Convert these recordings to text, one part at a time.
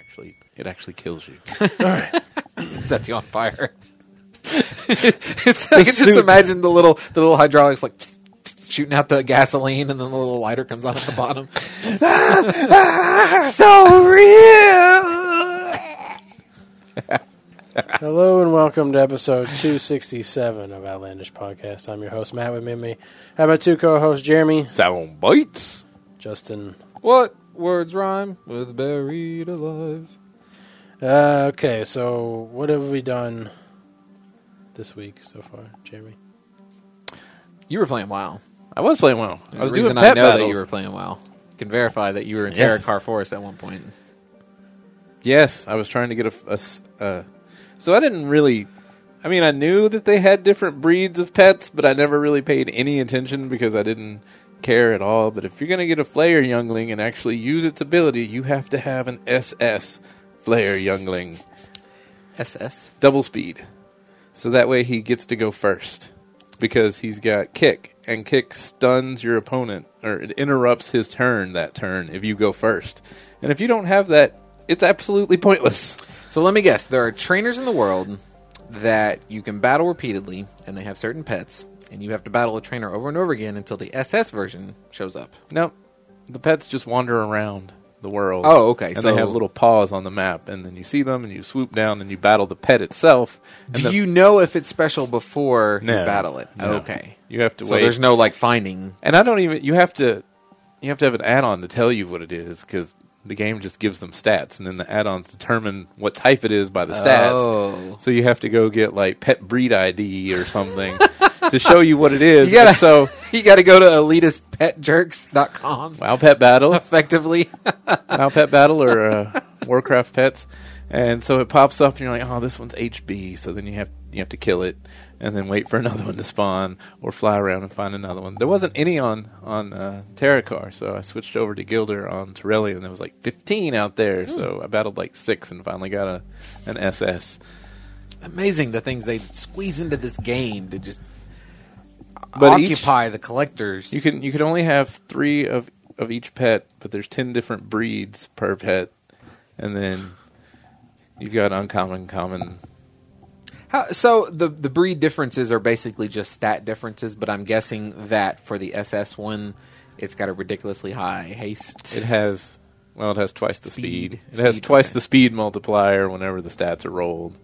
Actually, it actually kills you. Sets you on fire. it's I can just imagine the little the little hydraulics like pss, pss, shooting out the gasoline, and then the little lighter comes out at the bottom. so real. Hello and welcome to episode 267 of Outlandish Podcast. I'm your host, Matt, with me. and me. I have my two co hosts, Jeremy, Sound bites. Justin. What words rhyme with buried alive? Uh, okay, so what have we done this week so far, Jeremy? You were playing WoW. I was playing well. I The was reason doing I pet know battles. that you were playing WoW. Can verify that you were in Yes. Terra Carforce at one point. Yes, I was trying to get a. f- a s- uh, so I didn't really. I mean, I knew that they had different breeds of pets, but I never really paid any attention because I didn't care at all. But if you're going to get a Flare Youngling and actually use its ability, you have to have an SS Flare Youngling, SS. double speed. So that way he gets to go first because he's got kick, and kick stuns your opponent or it interrupts his turn that turn if you go first. And if you don't have that, it's absolutely pointless. So let me guess. There are trainers in the world that you can battle repeatedly, and they have certain pets, and you have to battle a trainer over and over again until the SS version shows up. No, the pets just wander around the world. Oh, okay, And so- they have little paws on the map, and then you see them, and you swoop down, and you battle the pet itself. and Do the- you know if it's special before you battle it? No. Okay. You have to So wait. there's no like finding. and I don't even. You have to. You have to have an add-on to tell you what it is because the game just gives them stats, and then the add-ons determine what type it is by the stats. Oh. So you have to go get like pet breed ID or something to show you what it is. You gotta- And so You got to go to elitistpetjerks.com wow, pet battle. effectively. WoW Pet Battle or uh, Warcraft Pets, and so it pops up, and you're like, "Oh, this one's HB." So then you have you have to kill it, and then wait for another one to spawn, or fly around and find another one. There wasn't any on on uh, Terracar, so I switched over to Gilder on Torellian. There was like 15 out there, so I battled like six and finally got a an SS. Amazing the things they squeeze into this game to just But each- occupy the collectors. You can you can only have three of of each pet, but there's ten different breeds per pet, and then you've got uncommon, common. How, so the the breed differences are basically just stat differences, but I'm guessing that for the SS one, it's got a ridiculously high haste. It has well, it has twice the speed. Speed. It has Speed, twice okay. the speed multiplier whenever the stats are rolled,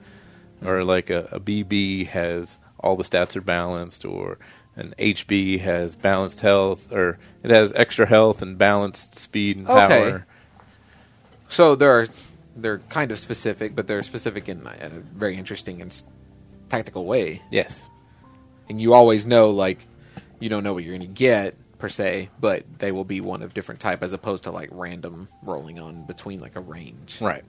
or like a, a BB has all the stats are balanced, or an HB has balanced health, or it has extra health and balanced speed and Okay. power. So there are they're kind of specific, but they're specific in, uh, in a very interesting and s- tactical way. Yes, And you always know, like, you don't know what you're going to get per se, but they will be one of different type as opposed to like random rolling on between like a range, right.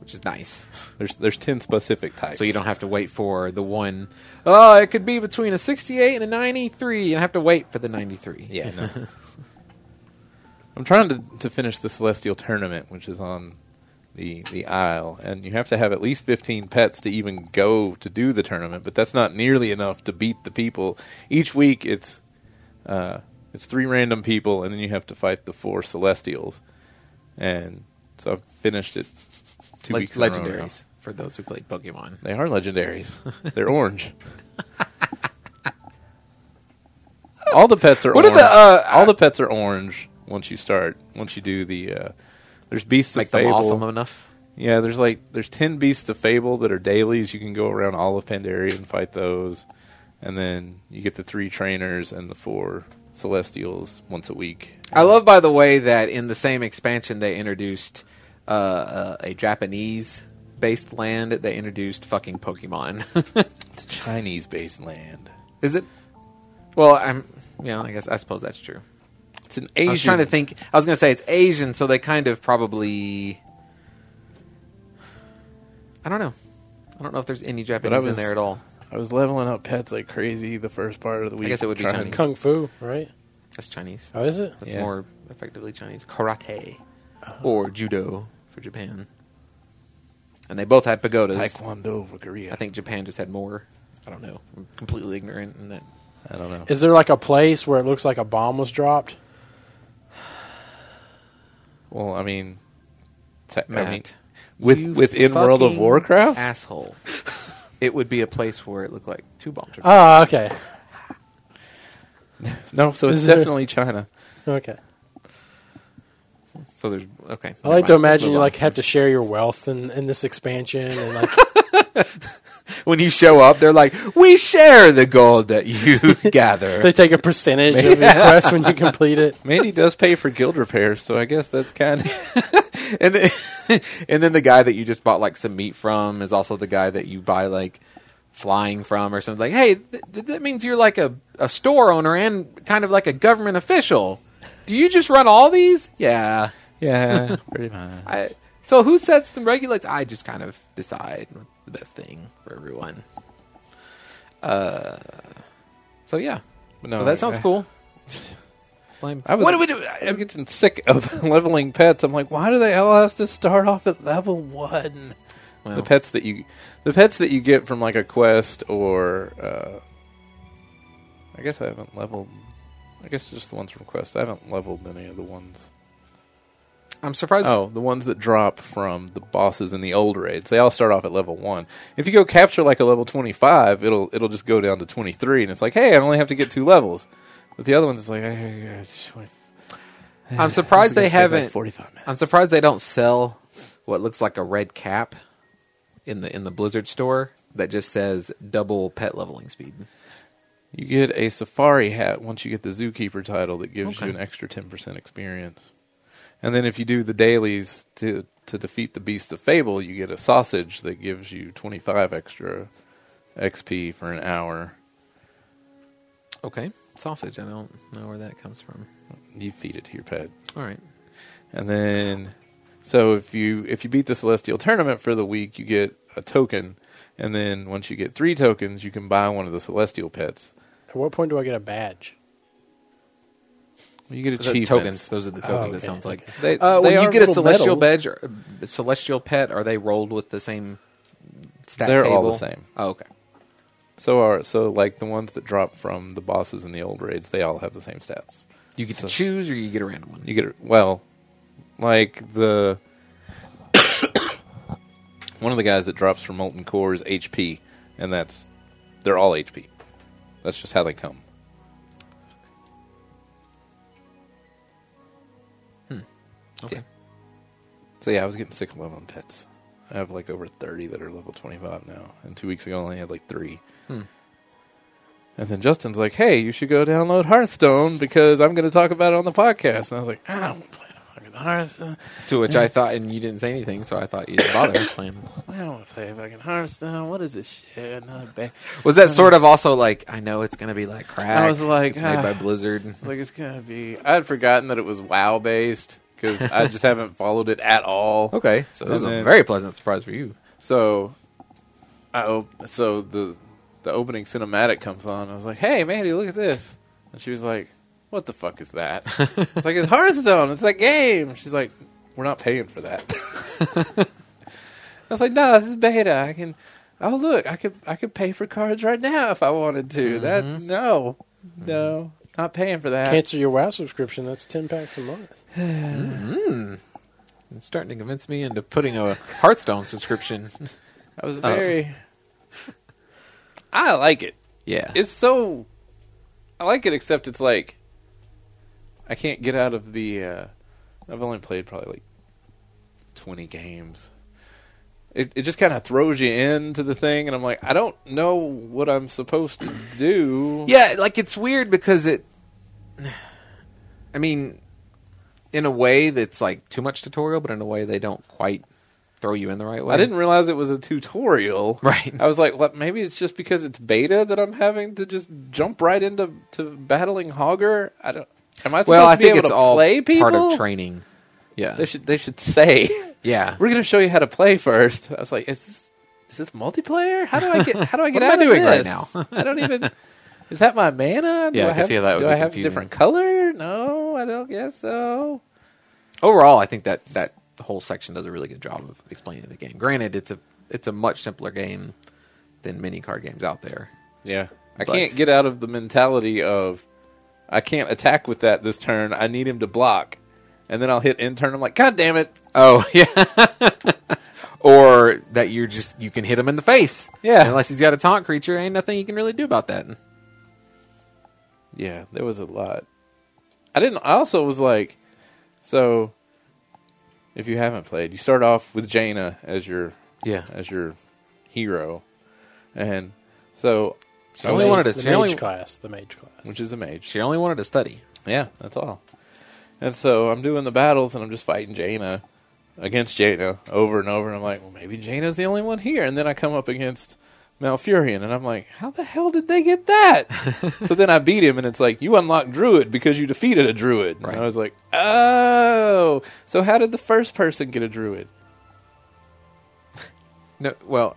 which is nice. There's there's ten specific types, So you don't have to wait for the one, oh, it could be between a 68 and a 93, and I have to wait for the 93. Yeah. No. I'm trying to, to finish the Celestial Tournament, which is on the the Isle, and you have to have at least 15 pets to even go to do the tournament. But that's not nearly enough to beat the people. Each week, it's uh, it's three random people, and then you have to fight the four Celestials. And so I've finished it two Le- weeks in a row now. legendaries for those who played Pokemon. They are legendaries. They're orange. All the pets are What are orange. the, uh, All the pets are orange once you start. Once you do the uh, there's beasts Make of them fable. awesome enough. Yeah, there's like there's ten beasts of fable that are dailies. You can go around all of Pandaria and fight those, and then you get the three trainers and the four celestials once a week. I love, by the way, that in the same expansion they introduced uh, uh, a Japanese based land. They introduced fucking Pokemon. It's a Chinese based land. Is it? Well, I'm. Yeah, I guess I suppose that's true. It's an Asian. I was trying to think. I was going to say it's Asian, so they kind of probably. I don't know. I don't know if there's any Japanese was- in there at all. I was leveling up pets like crazy the first part of the week. guess it would be trying- Chinese. Kung Fu, right? That's Chinese. Oh, is it? That's Yeah. more effectively Chinese. Karate or judo for Japan. And they both had pagodas. Taekwondo for Korea. I think Japan just had more. I don't know. I'm completely ignorant in that. I don't know. Is there like a place where it looks like a bomb was dropped? well, I mean, te- I mean, Matt, with you within World of fucking Warcraft, asshole. it would be a place where it looked like two bombs. Are Oh, okay. no. So it's Is there- definitely China. Okay. so there's okay. I like to imagine you like have to share your wealth in, in this expansion and like when you show up, they're like, "We share the gold that you gather." they take a percentage of your quest when you complete it. Mandy does pay for guild repairs, so I guess that's kind of and then, and then the guy that you just bought like some meat from is also the guy that you buy like flying from or something. Like, hey, th- th- that means you're like a, a store owner and kind of like a government official. Do you just run all these? Yeah. yeah, pretty much. I, so who sets the regulates? I just kind of decide what's the best thing for everyone. Uh. So yeah. No, so that sounds I- cool. Blame. I was- what do we do? I was getting sick of leveling pets. I'm like, why do they all have to start off at level one? Well, The pets that you, the pets that you get from like a quest or, uh, I guess I haven't leveled. I guess just the ones from quests. I haven't leveled any of the ones. I'm surprised. Oh, the ones that drop from the bosses in the old raids. They all start off at level one. If you go capture like a level twenty five, it'll it'll just go down to twenty three, and it's like, hey, I only have to get two levels. But the other ones, it's like, hey, it's 20 I'm surprised they it's gonna take, like, haven't. 45 minutes. I'm surprised they don't sell what looks like a red cap in the in the Blizzard store that just says double pet leveling speed. You get a safari hat once you get the zookeeper title that gives Okay. you an extra 10% experience. And then if you do the dailies to to defeat the beast of fable, you get a sausage that gives you 25 extra XP for an hour. Okay, sausage. I don't know where that comes from. You feed it to your pet. All right. And then so if you if you beat the celestial tournament for the week, you get a token. And then once you get 3 tokens, you can buy one of the celestial pets. At what point do I get a badge? You get Those are achievements. tokens. Those are the tokens. It okay, sounds like. They- uh, they when you are get a little celestial medals. badge, or a celestial pet, are they rolled with the same stat They're table? all the same. Oh, okay. So are so like the ones that drop from the bosses in the old raids, they all have the same stats. You get to So- choose, or you get a random one. You get well, like the one of the guys that drops from molten core is HP, and that's they're all HP. That's just how they come. Okay. So yeah, I was getting sick of leveling pets. I have like over thirty that are level twenty five now, and two weeks ago I only had like three. And then Justin's like, "Hey, you should go download Hearthstone because I'm going to talk about it on the podcast." And I was like, "I don't play no fucking Hearthstone. To which I thought, and you didn't say anything, so I thought you didn't bother playing. I don't want to play fucking Hearthstone. What is this shit? Another ba- Was that sort of also like I know it's gonna be like crack? Um, I was like, it's made ah. by Blizzard. Like it's gonna be. I had forgotten that it was WoW based because I just haven't followed it at all. Okay, so it was And a then- very pleasant surprise for you. So, I op- so the the opening cinematic comes on. I was like, "Hey, Mandy, look at this," and she was like, "What the fuck is that?" it's like it's Hearthstone. It's that game. She's like, "We're not paying for that." I was like, "No, this is beta. I can." Oh look, I could I could pay for cards right now if I wanted to. That no, no, not paying for that. Cancel your WoW subscription. That's ten packs a month. It's starting to convince me into putting a Hearthstone subscription. I was very. I like it. Yeah, It's so. I like it, except it's like. I can't get out of the. Uh, I've only played probably like twenty games. It it just kind of throws you into the thing, and I'm like, I don't know what I'm supposed to do. yeah, like it's weird because it. I mean, in a way that's like too much tutorial, but in a way they don't quite throw you in the right way. I didn't realize it was a tutorial. Right. I was like, well, maybe it's just because it's beta that I'm having to just jump right into to battling Hogger. I don't. Am I supposed Well, to I be think able it's to all play people? part of training. Yeah, They should they should say yeah. we're going to show you how to play first. I was like, is this is this multiplayer? How do I get? How do I get What am I out of doing right this? now? I don't even. Is that my mana? Do Yeah, I I can have, see how that would do be I have confusing. a different color? No, I don't guess so. Overall, I think that that whole section does a really good job of explaining the game. Granted, it's a it's a much simpler game than many card games out there. Yeah. I But- can't get out of the mentality of I can't attack with that this turn. I need him to block. And then I'll hit in turn. I'm like, God damn it. Oh yeah. or that you're just you can hit him in the face. Yeah. Unless he's got a taunt creature, ain't nothing you can really do about that. Yeah, there was a lot. I didn't I also was like so if you haven't played, you start off with Jaina as your Yeah. as your hero. And so I only was- wanted to- the she mage only- class. The mage class. which is a mage. She only wanted to study. Yeah, that's all. And so I'm doing the battles and I'm just fighting Jaina against Jaina over and over. And I'm like, well, maybe Jaina's the only one here. And then I come up against Malfurion and I'm like, how the hell did they get that? so then I beat him and it's like, you unlocked Druid because you defeated a Druid. Right. And I was like, oh, so how did the first person get a Druid? No, well,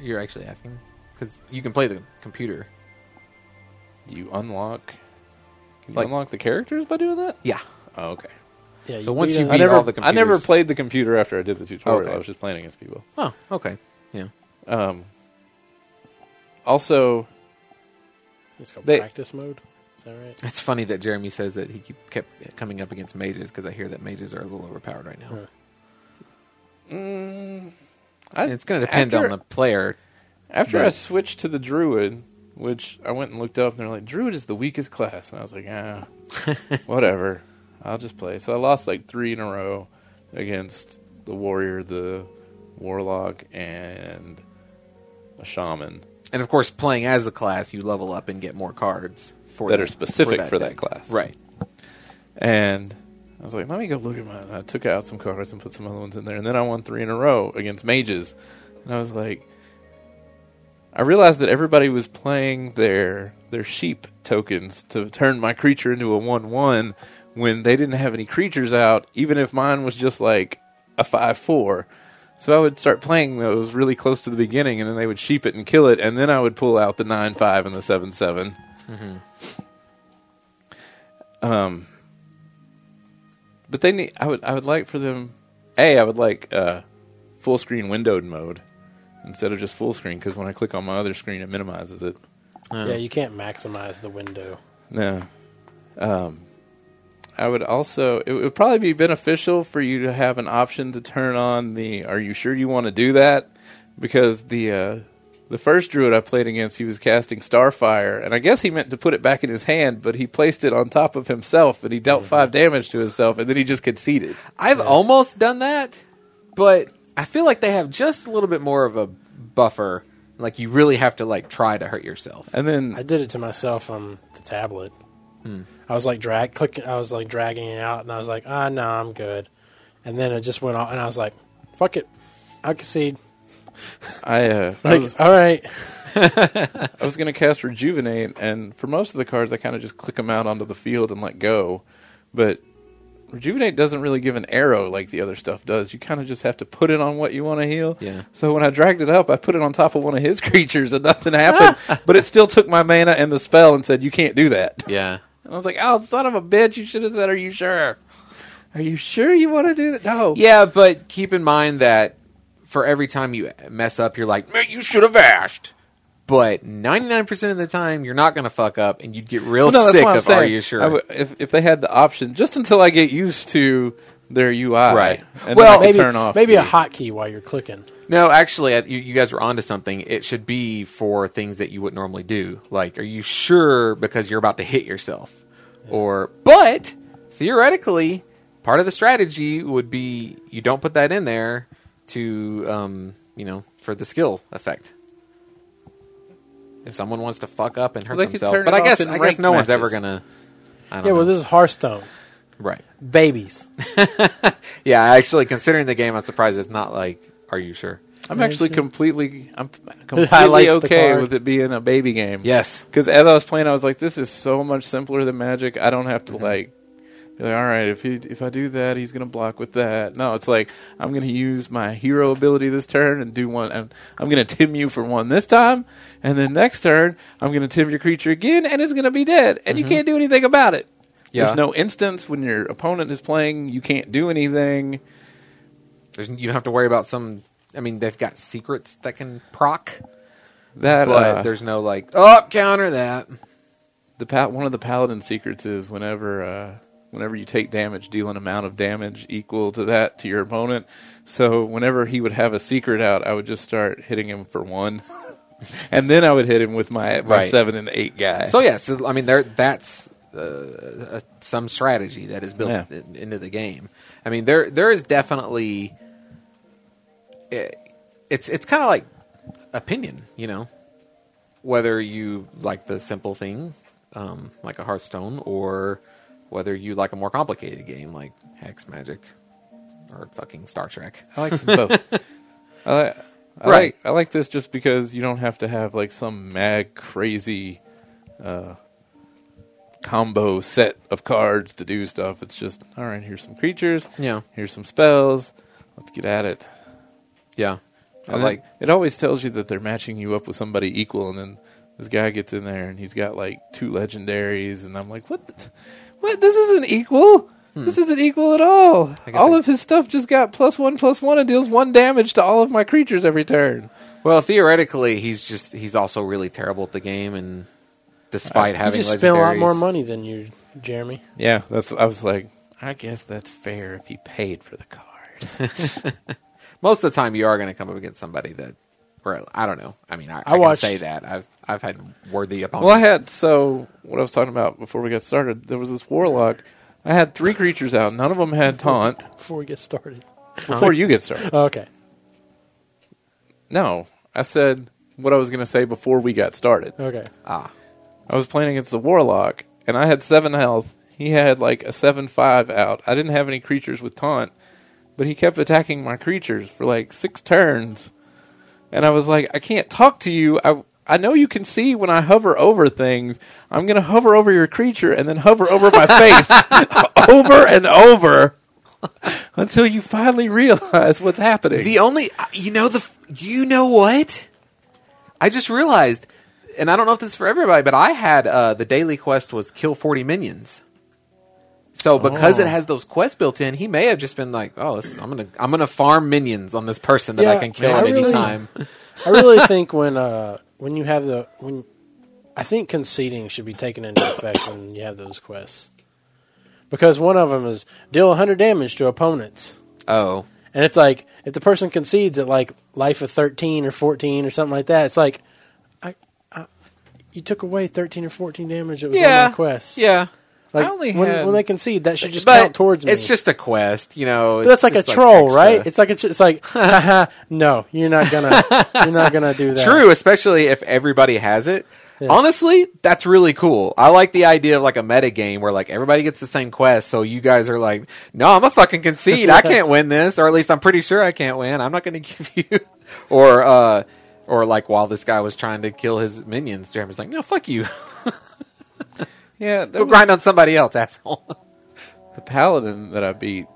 you're actually asking because you can play the computer. You unlock. You Like- unlock the characters by doing that? Yeah. Oh, okay. yeah, so once beat you him- beat I never, all the I never computers. played the computer after I did the tutorial. Okay. I was just playing against people. Oh, okay. Yeah. Um, also, It's called They- practice mode. Is that right? It's funny that Jeremy says that he keep, kept coming up against mages because I hear that mages are a little overpowered right now. Huh. I, And it's going to depend after, on the player. After I Right. switched to the druid, which I went and looked up, and they're like, "Druid is the weakest class," and I was like, "Ah, whatever, I'll just play." So I lost like three in a row against the warrior, the warlock, and a shaman And of course, playing as the class, you level up and get more cards for that are specific for deck. that class, Right. And I was like, let me go look at my. and I took out some cards and put some other ones in there, and then I won three in a row against mages. And I was like, I realized that everybody was playing their their sheep tokens to turn my creature into a one one when they didn't have any creatures out, even if mine was just like a five four. So I would start playing those really close to the beginning, and then they would sheep it and kill it, and then I would pull out the nine five and the seven seven. but they need. I would. I would like for them. A. I would like uh, full screen windowed mode instead of just full screen because when I click on my other screen, it minimizes it. Oh. Yeah, you can't maximize the window. No. Um, I would also. It would probably be beneficial for you to have an option to turn on the. Are you sure you want to do that? Because the uh, the first druid I played against, he was casting Starfire, and I guess he meant to put it back in his hand, but he placed it on top of himself, and he dealt five damage to himself, and then he just conceded. I've almost done that, but I feel like they have just a little bit more of a buffer. Like you really have to like try to hurt yourself. And then I did it to myself on the tablet. Hmm. I was like drag clicking. I was like dragging it out, and I was like, ah, no, I'm good. And then it just went on, and I was like, fuck it, I concede. I uh, I Like, was, all right, I was going to cast Rejuvenate, and for most of the cards, I kind of just click them out onto the field and let go. But Rejuvenate doesn't really give an arrow like the other stuff does. You kind of just have to put it on what you want to heal. Yeah. So when I dragged it up, I put it on top of one of his creatures, and nothing happened. but it still took my mana and the spell and said, "You can't do that." Yeah. And I was like, "Oh, son of a bitch! You should have said, are you sure? Are you sure you want to do that? No. Yeah, but keep in mind that for every time you mess up, you're like, "Man, you should have asked. But 99% of the time, you're not going to fuck up, and you'd get real Well, no, that's sick what I'm of, saying. are you sure? I would- if if they had the option, just until I get used to their UI, Right. And Well, well, maybe turn off maybe the, Uh-huh. a hotkey while you're clicking. no, actually, I- you, you guys were onto something. It should be for things that you wouldn't normally do. Like, are you sure because you're about to hit yourself? Or, but theoretically, part of the strategy would be you don't put that in there to, um, you know, for the skill effect. If someone wants to fuck up and hurt They could themselves, turn but it I off guess in I guess ranked no one's ever matches. gonna. I don't Yeah, know. well, this is Hearthstone, right. babies. Yeah, actually, considering the game, I'm surprised it's not like. Are you sure? I'm actually completely I'm completely highlights the okay card. with it being a baby game. Yes. Because as I was playing, I was like, this is so much simpler than Magic. I don't have to like You're like, all right, if he, if I do that, he's gonna block with that. No, it's like I'm gonna use my hero ability this turn and do one. And I'm gonna tim you for one this time, and then next turn I'm gonna tim your creature again, and it's gonna be dead, and you can't do anything about it. Mm-hmm. Yeah. There's no instance when your opponent is playing, you can't do anything. There's, you don't have to worry about some. I mean, they've got secrets that can proc, That but uh, there's no like, oh, counter that. the pa- one of the paladin secrets is whenever uh, whenever you take damage, deal an amount of damage equal to that to your opponent. So whenever he would have a secret out, I would just start hitting him for one, and then I would hit him with my my Right. seven and eight guy. So yeah, so I mean, there that's uh, uh, some strategy that is built Yeah. in- into the game. I mean, there there is definitely it, it's it's kind of like opinion, you know, whether you like the simple thing um, like a Hearthstone or whether you like a more complicated game like Hex Magic or fucking Star Trek. I like them both. I like, I Right. like I like this just because you don't have to have like some mad crazy uh, combo set of cards to do stuff. It's just all right. Here's some creatures. Yeah. Here's some spells. Let's get at it. Yeah, I And like. then it always tells you that they're matching you up with somebody equal, and then this guy gets in there and he's got like two legendaries, and I'm like, what? the- What? This isn't equal. This isn't equal at all. I guess All I- of his stuff just got plus one, plus one, and deals one damage to all of my creatures every turn. Well, theoretically, he's just he's also really terrible at the game, and despite You having just spent a lot legendaries- more money than you, Jeremy. Yeah, that's. I was like, I guess that's fair if he paid for the card. most of the time you are going to come up against somebody that, or I don't know. I mean, I, I, watched- can say that I've I've had worthy opponents. well, I had so what I was talking about before we got started. There was this warlock. I had three creatures out. None of them had taunt. Before we get started. Before you get started. Okay. No, I said what I was going to say before we got started. Okay. ah, I was playing against the warlock, and I had seven health. He had like a seven five out. I didn't have any creatures with taunt, but he kept attacking my creatures for like six turns, and I was like, I can't talk to you. I I know you can see when I hover over things. I'm gonna hover over your creature and then hover over my face over and over until you finally realize what's happening. the only uh, you know the you know what I just realized, and I don't know if this is for everybody, but I had uh, the daily quest was kill forty minions. So because Oh. it has those quests built in, he may have just been like, "Oh, this, I'm gonna I'm gonna farm minions on this person that I Yeah, can kill man, at I any really- time." I really think when uh when you have the when I think conceding should be taken into effect when you have those quests. Because one of them is deal 100 damage to opponents. Oh, And it's like if the person concedes at like life of 13 or 14 or something like that, it's like I, I you took away 13 or 14 damage that was on yeah, my quest. yeah. Like I only when, had- when they concede, that should just But count towards me. It's just a quest, you know. But that's it's like a just troll, extra- right? It's like a tr- it's like haha, no, you're not gonna you're not gonna do that. True, especially if everybody has it. Honestly, that's really cool. I like the idea of like a meta game where like everybody gets the same quest, so you guys are like, "No, I'm a fucking concede. I can't win this, or at least I'm pretty sure I can't win. I'm not going to give you." or uh or like while this guy was trying to kill his minions, Jeremy's like, "No, fuck you. yeah, that Go was- grind on somebody else, asshole." the paladin that I beat,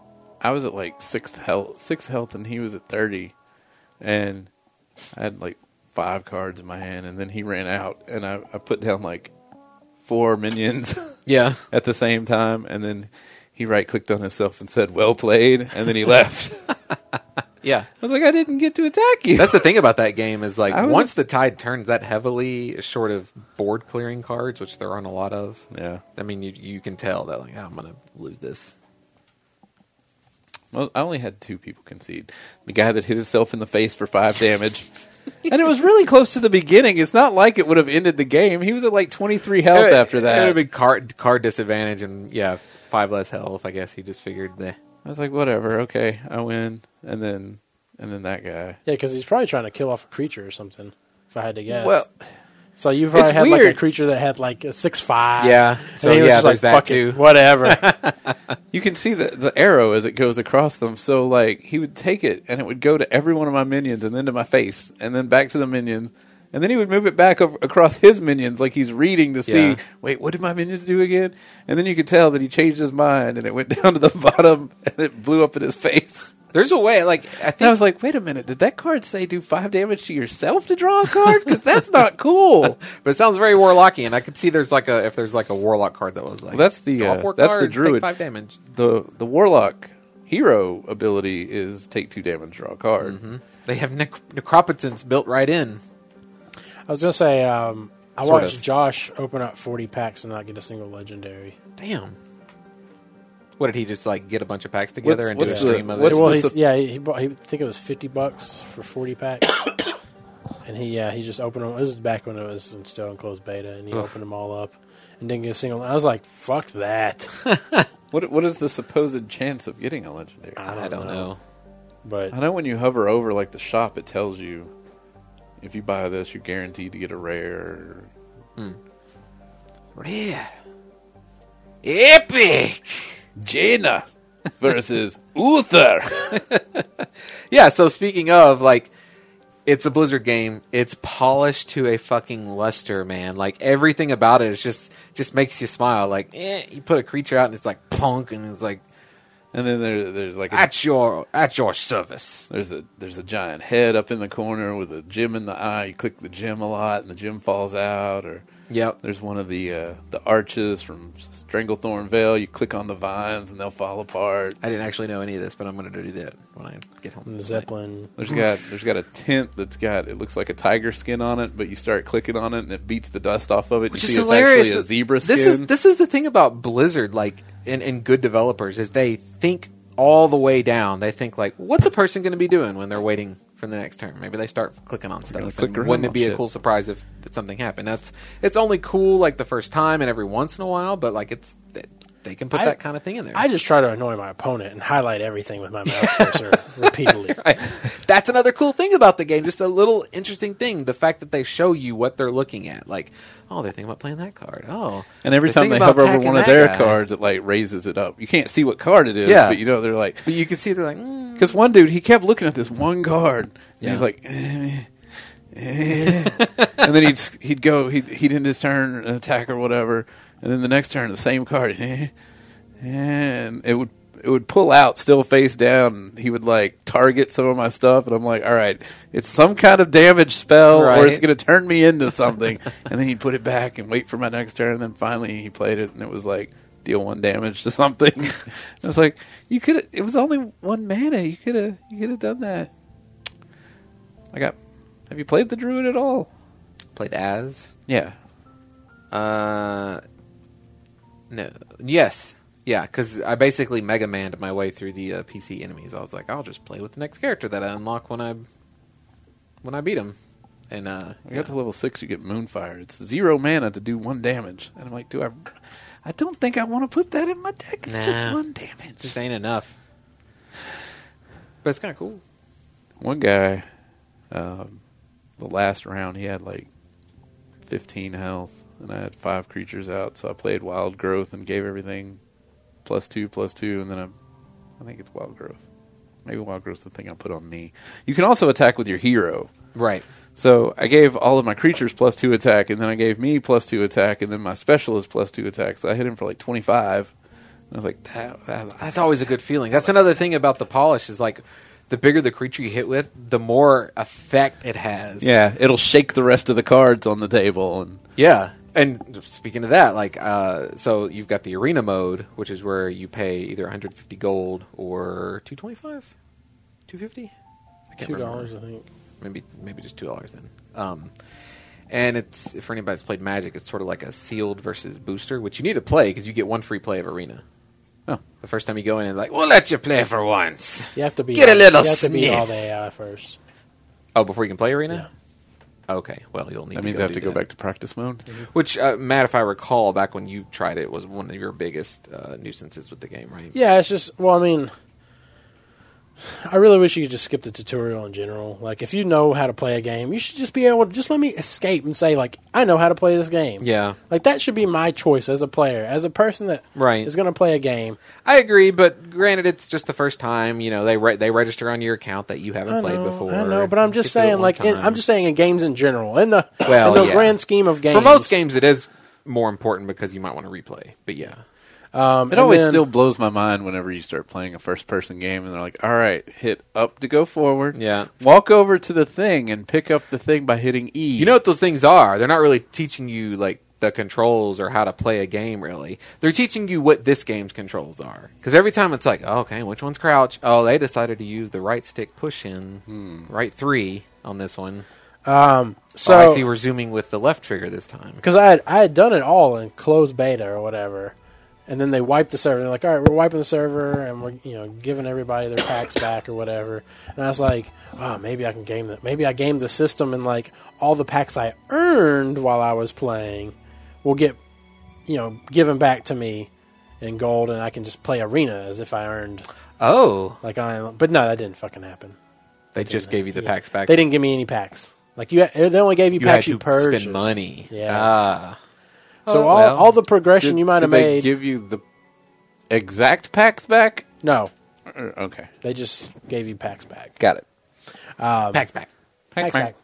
I was at like sixth health, sixth health, and he was at thirty, and I had like five cards in my hand, and then he ran out, and I, I put down like four minions yeah. at the same time, and then he right clicked on himself and said, "Well played," and then he left. I Yeah. was like, I didn't get to attack you. That's the thing about that game is like I was- once the tide turns that heavily short of board clearing cards, which there aren't a lot of. yeah. I mean, you you can tell that like oh, I'm gonna lose this. Well, I only had two people concede. The guy that hit himself in the face for five damage. and it was really close to the beginning. It's not like it would have ended the game. He was at like 23 health It- after that. it would be card card disadvantage and yeah, five less health. I guess he just figured the I was like, whatever, okay, I win, and then and then that guy. Yeah, because he's probably trying to kill off a creature or something. If I had to guess. Well, so you probably it's had like weird. a creature that had like a six five. Yeah, so and he was yeah, just like, there's that "Fuck too." It, whatever. You can see the the arrow as it goes across them. So like he would take it and it would go to every one of my minions and then to my face and then back to the minions And then he would move it back over, across his minions, like he's reading to see. Yeah. Wait, what did my minions do again? And then you could tell that he changed his mind, and it went down to the bottom, and it blew up in his face. There's a way. Like I And I think was like, wait a minute, did that card say do five damage to yourself to draw a card? Because that's not cool. well, But it sounds very warlocky, and I could see there's like a if there's like a warlock card that was like that's the draw uh, four that's the cards, take druid. five damage. The the warlock hero ability is take two damage, draw a card. They have nec- necropotence built right in. I was gonna say, um, I Sort watched of. Josh open up forty packs and not get a single legendary. Damn. What did he just like get a bunch of packs together and what's do the- a stream of what's it? the- well, he, sup- yeah, he, he bought. He, I think it was fifty bucks for forty packs, and he yeah he just opened them. This was back when it was still in closed beta, and he Ugh. opened them all up and didn't get a single. I was like, fuck that. What what is the supposed chance of getting a legendary? I I don't know. But I know when you hover over like the shop, it tells you if you buy this, you're guaranteed to get a rare. Hmm. Rare. Epic. Jaina versus Uther. Yeah. So speaking of like. It's a Blizzard game. It's polished to a fucking luster, man. Like everything about it is just just makes you smile. Like eh, you put a creature out and it's like punk, and it's like And then there, there's like a, at your at your service. there's a there's a giant head up in the corner with a gem in the eye. You click the gem a lot, and the gem falls out. Or Yep. there's one of the uh, the arches from Stranglethorn Vale. You click on the vines, and they'll fall apart. I didn't actually know any of this, but I'm going to do that when I get home. the tonight. Zeppelin. There's got there's got a tent that's got it looks like a tiger skin on it, but you start clicking on it and it beats the dust off of it. Which you is see hilarious. It's actually a zebra skin. This is this is the thing about Blizzard, like and, and good developers, is they think all the way down. They think like, what's a person going to be doing when they're waiting for the next turn? Maybe they start clicking on stuff. gonna and click around wouldn't on it be a shit. cool surprise if something happened? That's it's only cool like the first time and every once in a while, but like it's it, they can put I- that kind of thing in there. I just try to annoy my opponent and highlight everything with my mouse cursor repeatedly. Right. That's another cool thing about the game. Just a little interesting thing. The fact that they show you what they're looking at. Like, oh, they're thinking about playing that card. Oh. And every they're time thinking they about hover over attacking one of that their guy. cards, it like raises it up. You can't see what card it is, Yeah. but you know they're like But you can see they're like, mm. because one dude he kept looking at this one card and Yeah. he's like, eh, eh, eh. and then he'd s- he'd go he'd he'd end his turn an attack or whatever, and then the next turn the same card, eh, eh, and it would. It would pull out still face down. He would like target some of my stuff, and I'm like, "All right, it's some kind of damage spell, or it's Right. going to turn me into something." and then he'd put it back and wait for my next turn. And then finally, he played it, and it was like deal one damage to something. I was like, "You could. It was only one mana. You could have. You could have done that." I got. Have you played the druid at all? played as. Yeah. Uh, no. Yes. Yeah, because I basically Mega Manned my way through the uh, PC enemies. I was like, I'll just play with the next character that I unlock when I when I beat him. And uh, I got to level six. You get moonfire. It's zero mana to do one damage, and I'm like, "Do I?" I don't think I want to put that in my deck. It's just Nah. one damage. just ain't enough. But it's kind of cool. one guy, um, the last round, he had like 15 health, and I had five creatures out, so I played Wild Growth and gave everything plus two, plus two, and then I, I think it's Wild Growth. Maybe Wild Growth's the thing I put on me. You can also attack with your hero. Right. So I gave all of my creatures plus two attack, and then I gave me plus two attack, and then my special is plus two attack. So I hit him for like 25. And I was like, that, that, That's always a good feeling. That's another thing about the polish is like the bigger the creature you hit with, the more effect it has. yeah, it'll shake the rest of the cards on the table, and Yeah. And speaking of that, like uh, so you've got the arena mode, which is where you pay either 150 gold or 225, 250. I can't Two remember. dollars, I think. maybe maybe just two dollars then. Um, and it's for anybody that's played Magic, it's sort of like a sealed versus booster, which you need to play because you get one free play of Arena. Oh. The first time you go in, and like, we'll let you play for once. You have to be Get a little You have to be sniff. all the AI first. Oh, before you can play Arena. Okay, well you'll need. That to means go I have to do go that. back to practice mode. Which uh, Matt, if I recall, back when you tried it, was one of your biggest uh, nuisances with the game, right? Yeah, it's just well, I mean, I really wish you could just skip the tutorial in general. Like, if you know how to play a game, you should just be able to just let me escape and say, like, I know how to play this game. Yeah. Like, that should be my choice as a player, as a person that Right. going to play a game. I agree, but granted, it's just the first time. You know, they re- they register on your account that you haven't I played know, before. I know, but I'm just Just do it saying, one like, in, time. I'm just saying in games in general, in the Well, in the yeah. grand scheme of games. for most games, it is more important because you might want to replay. But yeah, um, It and always then- still blows my mind whenever you start playing a first person game and they're like, all right, hit up to go forward. Yeah. Walk over to the thing and pick up the thing by hitting E. you know what those things are. They're not really teaching you like the controls or how to play a game. Really, they're teaching you what this game's controls are. Because every time it's like, oh, okay, which one's crouch? Oh, they decided to use the right stick push in, right three on this one. Um, so oh, I see we're zooming with the left trigger this time. because I had I had done it all in closed beta or whatever, and then they wiped the server. They're like, all right, we're wiping the server and we're you know giving everybody their packs back or whatever. And I was like, wow, maybe I can game that. Maybe I game the system and like all the packs I earned while I was playing will get you know given back to me in gold, and I can just play arena as if I earned Oh, like I. But no, that didn't fucking happen. they just gave you the Yeah. packs back. They didn't give me any packs. Like you, they only gave you, You had packs to you purchased. spend money. Yes. Ah. So Oh, all, well. all the progression Did- you might did have they made. give you the exact packs back? no, Or- okay. they just gave you packs back. Got it. packs back. Um, Packs back.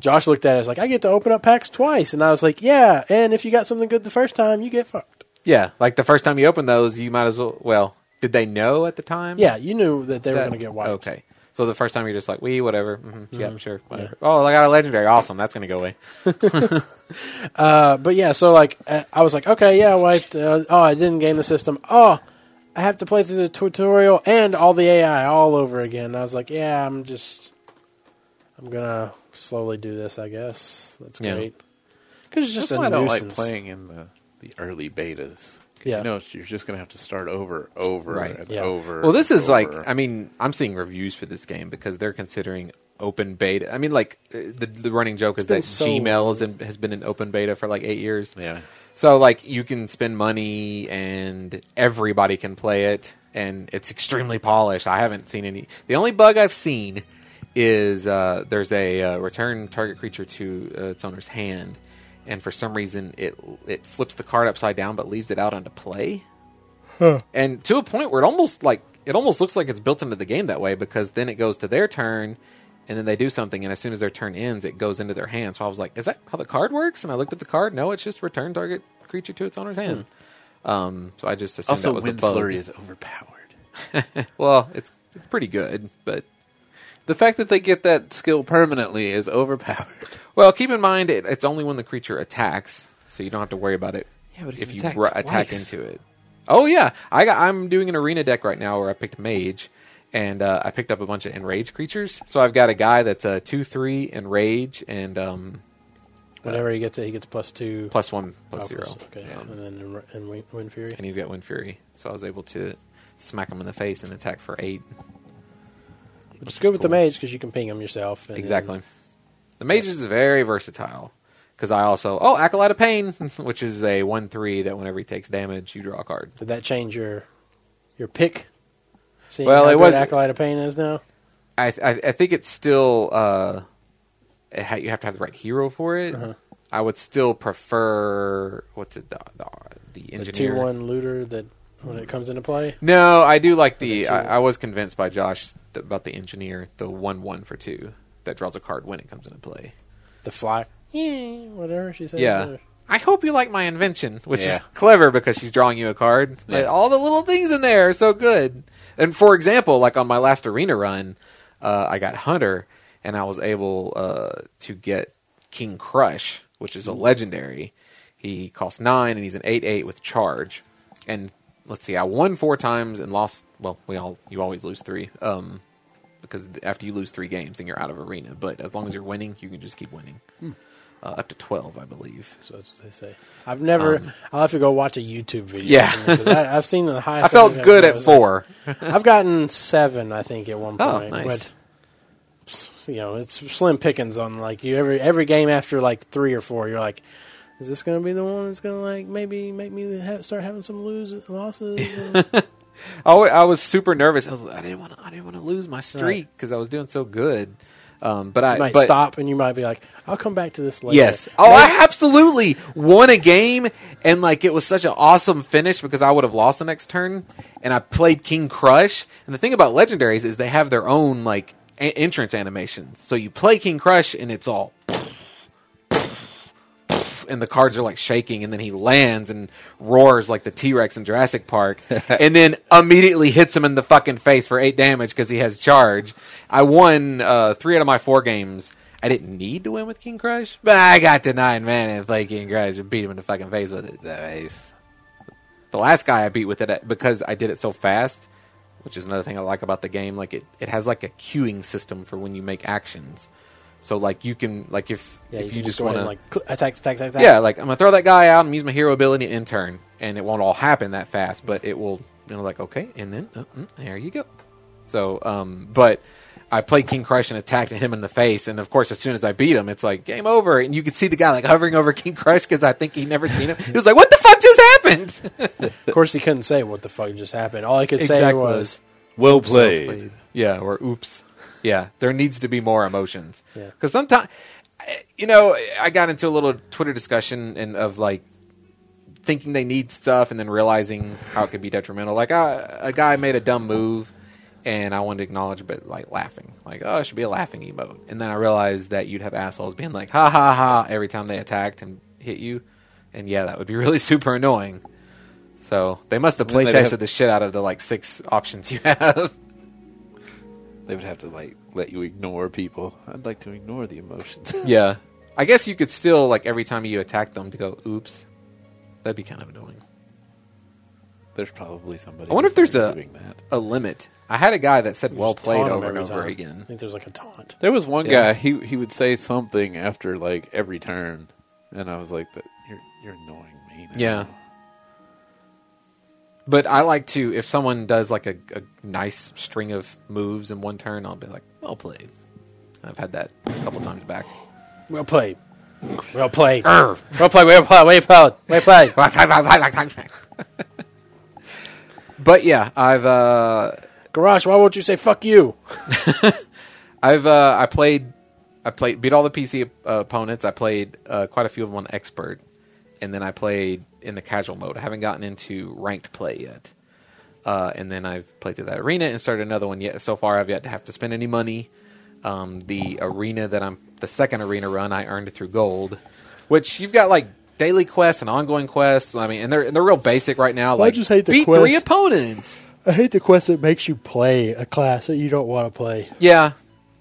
Josh looked at us like, I get to open up packs twice, and I was like, Yeah, and if you got something good the first time, you get fucked. Yeah, like the first time you opened those, you might as well. Well, did they know at the time? Yeah, you knew that they were That- going to get wiped. Mm-hmm. Okay, so the first time you're just like, we whatever. hmm Yeah, sure. Whatever. Oh, I got a legendary. Awesome. That's gonna go away. Uh, but yeah, so like, uh, I was like, Okay, yeah, I wiped. Uh, oh, I didn't game the system. Oh, I have to play through the tutorial and all the AI all over again. And I was like, Yeah, I'm just, I'm gonna slowly do this. I guess that's Yeah. great. Because it's just That's a why I don't like nuisance. playing in the, the early betas. 'Cause Yeah. You know, you're just going to have to start over, over, Right. and Yeah. over. Well, this and is like, over. I mean, I'm seeing reviews for this game because they're considering open beta. I mean, like uh, the, the running joke is been that so Gmail has been- has been in open beta for like eight years. Yeah. So like you can spend money and everybody can play it and it's extremely polished. I haven't seen any. The only bug I've seen is uh, there's a uh, return target creature to uh, its owner's hand, and for some reason it it flips the card upside down but leaves it out onto play and to a point where it almost like it almost looks like it's built into the game that way because then it goes to their turn and then they do something and as soon as their turn ends it goes into their hand so i was like is that how the card works and i looked at the card no it's just return target creature to its owner's hand um, so i just assumed Hmm. Also, that was Wind a bug. Flurry is overpowered. well it's, it's pretty good but The fact that they get that skill permanently is overpowered. well keep in mind it, it's only when the creature attacks so you don't have to worry about it Yeah, but it if can you attack ru- attack twice. into it oh yeah I got, i'm doing an arena deck right now where i picked mage and uh, i picked up a bunch of enraged creatures so i've got a guy that's a 2-3 enrage and um, Whenever he gets it, he gets plus two. plus 1 plus Oh, 0 Okay, Yeah. and then in- in Win- Wind Fury. and he's got wind fury so i was able to smack him in the face and attack for 8 It's good with the cool. mage because you can ping him yourself. and Exactly. The mage is very versatile because I also oh acolyte of pain, which is a one three that whenever he takes damage, you draw a card. then- Did that change your your pick? Seeing Well, how it good was- acolyte of pain is now. I I, I think it's still uh, it ha- you have to have the right hero for it. Uh-huh. I would still prefer what's it the the, the The engineer two one looter that when it comes into play. No, I do like the. Okay, two. I, I was convinced by Josh th- about the engineer, the one one for two that draws a card when it comes into play. The fly. Yeah, whatever she says. Yeah. I hope you like my invention, which Yeah. is clever because she's drawing you a card. Like, Yeah. all the little things in there are so good. And for example, like on my last arena run, uh, I got Hunter, and I was able uh, to get King Crush, which is a legendary. He costs nine, and he's an eight eight with charge. And let's see, I won four times and lost. Well, we all you always lose three. Um, because th- after you lose three games, then you're out of arena. But as long as you're winning, you can just keep winning. Hmm. Uh, up to twelve, I believe. So that's what they say. I've never. I'll have to go watch a YouTube video. Um, Yeah. from it, 'cause I, I've seen the highest. I I've felt ever good gotten at was- four. I've gotten seven, I think, at one point. Oh, nice. But s- you know, it's slim pickings on like you every every game after like three or four. You're like, is this going to be the one that's going to like maybe make me ha- start having some lose losses? And I, wa- I was super nervous. I was like, I didn't want to. I didn't want to lose my streak because I was doing so good. Um, but I You might but, stop and you might be like, I'll come back to this later. Yes. Oh, I absolutely won a game, and like it was such an awesome finish because I would have lost the next turn. And I played King Crush, and the thing about legendaries is they have their own like a- entrance animations. So you play King Crush, and it's all. And the cards are like shaking, and then he lands and roars like the T Rex in Jurassic Park, and then immediately hits him in the fucking face for eight damage because he has charge. I won uh, three out of my four games, I didn't need to win with King Crush, but I got to nine man and played King Crush and beat him in the fucking face with it. Nice. The last guy I beat with it uh, because I did it so fast, which is another thing I like about the game. Like it, it has like a queuing system for when you make actions. So like you can like if Yeah, if you, can just go want ahead to and, like cl- attack, attack, attack, attack. yeah, like I'm gonna throw that guy out and use my hero ability in turn, and it won't all happen that fast, but it will. You know, like okay, and then uh, mm, there you go. So, um, but I played King Crush and attacked him in the face, and of course, as soon as I beat him, it's like game over, and you could see the guy like hovering over King Crush because I think he never seen him. He was like, "What the fuck just happened?" Of course, he couldn't say what the fuck just happened. All he could say Exactly. was, Well played. Yeah, or oops. Yeah, there needs to be more emotions. Yeah. Because sometimes, you know, I got into a little Twitter discussion and of like thinking they need stuff and then realizing how it could be detrimental. Like I, a guy made a dumb move, and I wanted to acknowledge, but like laughing, like oh, it should be a laughing emote. And then I realized that you'd have assholes being like ha ha ha every time they attacked and hit you, and yeah, that would be really super annoying. So they must have Then play they'd tested have- the shit out of the like six options you have. They would have to like let you ignore people. I'd like to ignore the emotions. Yeah. I guess you could still like every time you attack them to go, oops. That'd be kind of annoying. there's probably somebody. I wonder if who's there's a doing that. a limit. I had a guy that said well Just played taunt him over and every over time. I again. think there's like a taunt. There was one guy. Yeah. He he would say something after like every turn, and I was like, "That you're you're annoying me." now." Yeah. But I like to if someone does like a, a nice string of moves in one turn, I'll be like, well played. I've had that a couple times back. Well played. Well played. well played. Well played. Well played. Well played. but yeah, I've uh Garage, why won't you say fuck you? I've uh, I played I played beat all the PC uh, opponents. I played uh, quite a few of them on expert, and then I played in the casual mode. I haven't gotten into ranked play yet. Uh, and then I've played through that arena and started another one yet. So far, I've yet to have to spend any money. Um, the arena that I'm the second arena run I earned through gold, which you've got like daily quests and ongoing quests. I mean, and they're and they're real basic right now. like just hate the beat three quest. opponents. I hate the quest that makes you play a class that you don't want to play. Yeah,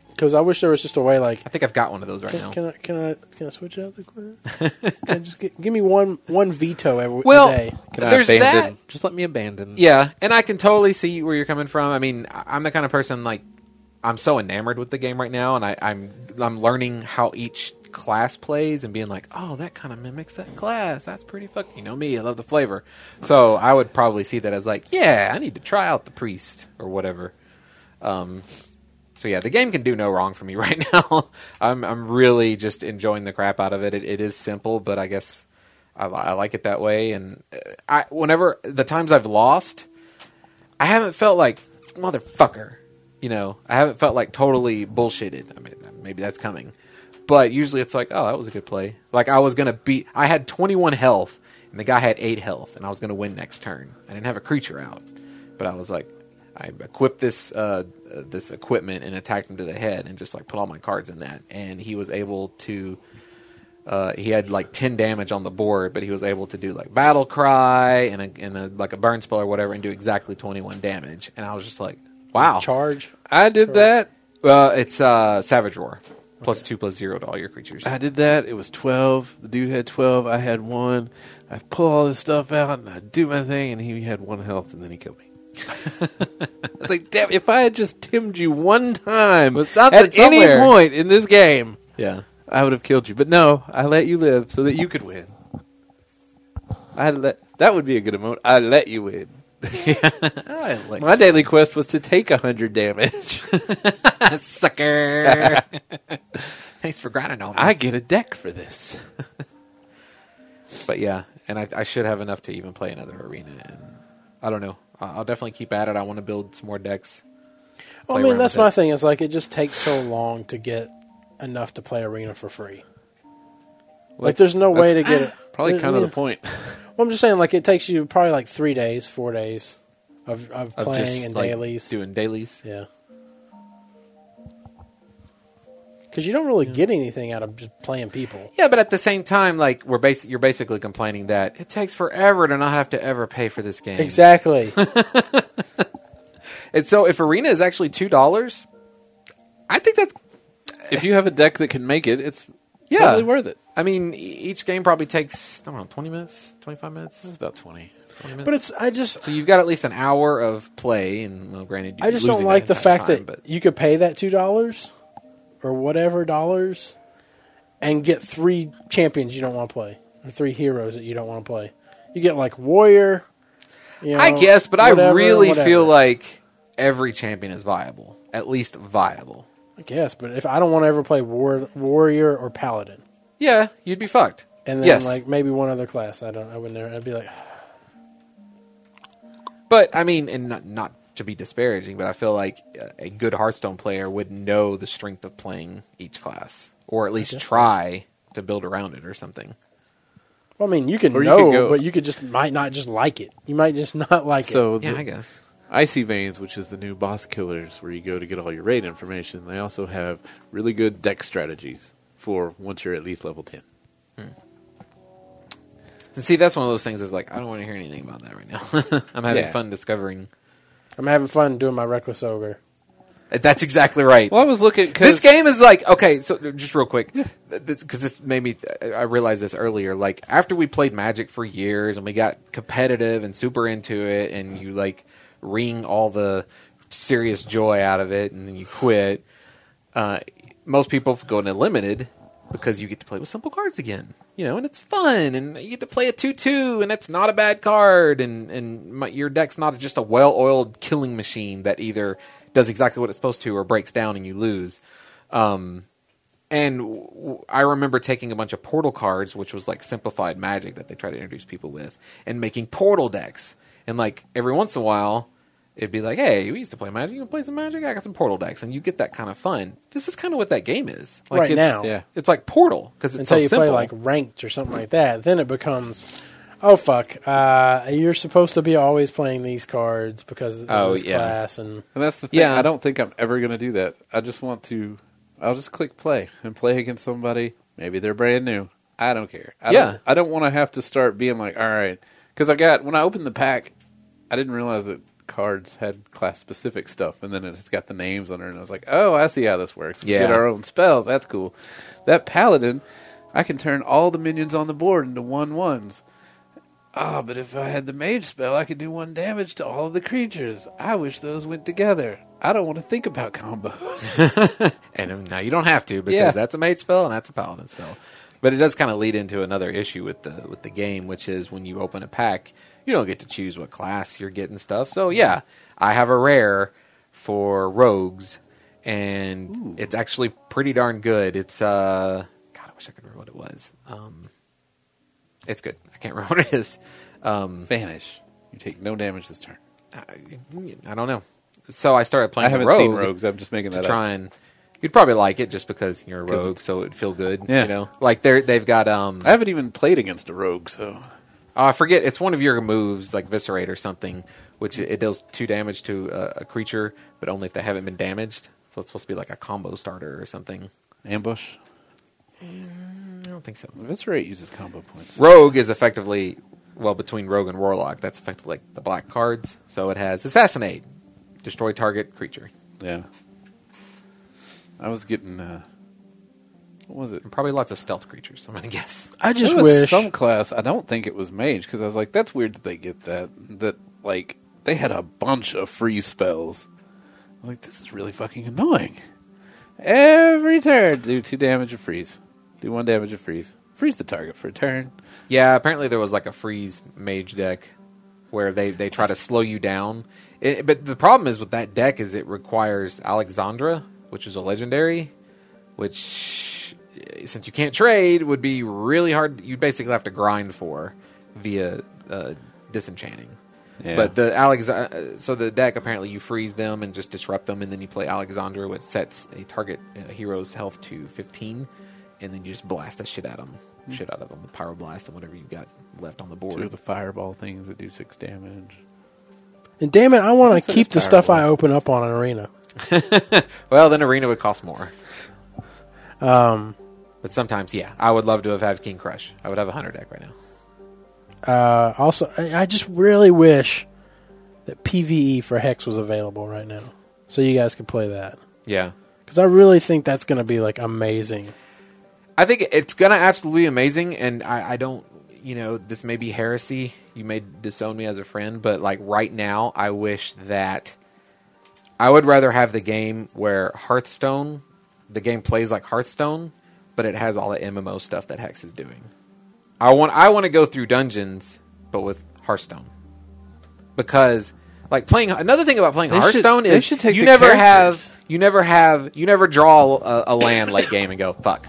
Because I wish there was just a way like I think I've got one of those right now. Can, can I can I can I switch out the quest? Can I just gi- give me one one veto every Well, day? Can I there's that. abandon? Just let me abandon. Yeah, and I can totally see where you're coming from. I mean, I- I'm the kind of person like I'm so enamored with the game right now, and I, I'm I'm learning how each class plays and being like, oh, that kind of mimics that class. That's pretty fucking. You know me, I love the flavor. So I would probably see that as like, yeah, I need to try out the priest or whatever. Um, so yeah, the game can do no wrong for me right now. I'm I'm really just enjoying the crap out of it. It, it is simple, but I guess I, li- I like it that way. And uh, I whenever the times I've lost, I haven't felt like motherfucker. You know, I haven't felt like totally bullshitted. I mean, maybe that's coming, but usually it's like, oh, that was a good play. Like I was gonna beat. I had 21 health, and the guy had eight health, and I was gonna win next turn. I didn't have a creature out, but I was like, I equipped this uh, uh, this equipment and attacked him to the head, and just like put all my cards in that, and he was able to uh, he had like 10 damage on the board, but he was able to do like battle cry and a, and a, like a burn spell or whatever and do exactly 21 damage. And I was just like, wow. Charge. I did that. Well, it's uh, Savage Roar. Plus two, plus zero to all your creatures. I did that. It was twelve. The dude had twelve. I had one. I pull all this stuff out and I do my thing, and he had one health, and then he killed me. it's like, damn! If I had just timmed you one time With something at somewhere. any point in this game, Yeah. I would have killed you. But no, I let you live so that you could win. I let that would be a good emote. I let you win. I like My daily quest was to take hundred damage. sucker. Thanks for grinding on me. I get a deck for this. but yeah, and I, I should have enough to even play another arena. And I don't know. I- I- I'll definitely keep at it. I want to build some more decks. Well, I play mean, around Oh, that's with my it. thing. Is like it just takes so long to get enough to play arena for free. Like, That's- there's no way to that's get ah, it. Probably there- kind of yeah. the point. Well, I'm just saying, like it takes you probably like three days, four days of of Of playing just, and like, dailies. doing dailies. Yeah. Because you don't really get anything out of just playing people. Yeah, but at the same time, like we're basi- you're basically complaining that it takes forever to not have to ever pay for this game. Exactly. And so if arena is actually two dollars, I think that's if you have a deck that can make it, it's Yeah. totally worth it. I mean, e- each game probably takes I don't know, twenty minutes, twenty five minutes, It's about twenty. twenty minutes. but it's I just so you've got at least an hour of play, and well, granted, I just you're don't losing like that the entire fact time, that you could pay that two dollars or whatever dollars and get three champions you don't want to play or three heroes that you don't want to play. You get like warrior. you I know, guess, but I whatever, really whatever. feel like every champion is viable, at least viable. I guess, but if I don't want to ever play war, warrior or paladin, Yeah, you'd be fucked. and then yes, like maybe one other class, I don't. I wouldn't. ever- I'd be like, but I mean, and not, not to be disparaging, but I feel like a- a good Hearthstone player would know the strength of playing each class, or at least try to build around it or something. Well, I mean, you can Or you know, could go- but you could just might not just like it. You might just not like So Yeah, the I guess. Icy Veins, which is the new boss killers, where you go to get all your raid information, they also have really good deck strategies for once you're at least level ten. And see, that's one of those things is like, I don't want to hear anything about that right now. I'm having Yeah. fun discovering. it. I'm having fun doing my reckless ogre. That's exactly right. Well, I was looking this game is like, okay, so just real quick, because this made me, I realized this earlier. Like, after we played Magic for years and we got competitive and super into it, and you like wring all the serious joy out of it, and then you quit, uh, most people go into limited because you get to play with simple cards again, you know, and it's fun, and you get to play a two-two, and that's not a bad card, and and my, your deck's not just a well-oiled killing machine that either does exactly what it's supposed to or breaks down and you lose. Um, and w- w- I remember taking a bunch of portal cards, which was like simplified magic that they try to introduce people with, and making portal decks. And like every once in a while, it'd be like, "Hey, we used to play magic. You want to play some magic? I got some portal decks." And you get that kind of fun. This is kind of what that game is. Like Right it's, now. Yeah. it's like Portal because it's Until so you simple. play like ranked or something like that, then it becomes, oh fuck, uh, you're supposed to be always playing these cards because of Oh, this yeah. class, and And that's the thing. Yeah. I don't think I'm ever going to do that. I just want to. I'll just click play and play against somebody. Maybe they're brand new. I don't care. I Yeah. Don't, I don't want to have to start being like, all right, because I got when I opened the pack, I didn't realize that cards had class specific stuff, and then it's got the names on it, and I was like, oh, I see how this works. We get Yeah. our own spells. That's cool. That paladin, I can turn all the minions on the board into one ones. Ah, but if I had the mage spell, I could do one damage to all of the creatures. I wish those went together. I don't want to think about combos. and uh, now you don't have to because Yeah. that's a mage spell and that's a paladin spell. But it does kind of lead into another issue with the with the game, which is when you open a pack, you don't get to choose what class you're getting stuff. So yeah, I have a rare for rogues, and it's actually pretty darn good. It's uh, God, I wish I could remember what it was. Um, it's good. I can't remember what it is. Um, Vanish. You take no damage this turn. I, I don't know. So I started playing. I haven't rogue seen rogues. I'm just making to that try up. and you'd probably like it just because you're a 'Cause rogue, so it'd feel good. Yeah. You know, like they're they've got um, I haven't even played against a rogue, so I forget it's one of your moves like viscerate or something, which it deals two damage to a, a creature, but only if they haven't been damaged. So it's supposed to be like a combo starter or something. ambush. I don't think so. Eviscerate uses combo points. Rogue is effectively well between rogue and warlock. That's effectively like the black cards. So it has assassinate, destroy target creature. Yeah. I was getting. Uh, what was it? And probably lots of stealth creatures. I'm gonna guess. I just There was wish. some class. I don't think it was mage because I was like, that's weird that they get that. That like they had a bunch of free spells. I was like, this is really fucking annoying. Every turn, do two damage or freeze. Do one damage or freeze. Freeze the target for a turn. Yeah, apparently there was like a freeze mage deck where they, they try to slow you down. It, but the problem is with that deck is it requires Alexandra, which is a legendary, which eh, since you can't trade would be really hard. You'd basically have to grind for via uh, disenchanting. Yeah. But the Alex, uh, so the deck apparently you freeze them and just disrupt them, and then you play Alexandra, which sets a target uh, hero's health to fifteen, and then you just blast that shit out of them, shit out of them, the pyroblast and whatever you've got left on the board. Two of the fireball things that do six damage. And damn it, I want That's to keep the inspiring. stuff I open up on an arena. Well, then arena would cost more. Um, But sometimes, yeah, I would love to have had King Crush. I would have a hunter deck right now. uh, also, I, I just really wish that PVE for Hex was available right now, so you guys could play that. Yeah, Because I really think that's going to be like amazing. I think it's gonna absolutely amazing, and I, I don't, you know, this may be heresy. You may disown me as a friend, but like right now, I wish that I would rather have the game where Hearthstone, the game plays like Hearthstone, but it has all the MMO stuff that Hex is doing. I want, I want to go through dungeons, but with Hearthstone, because like playing another thing about playing They should- Hearthstone they is should take you the never characters. have, you never have, you never draw a, a land late game and go fuck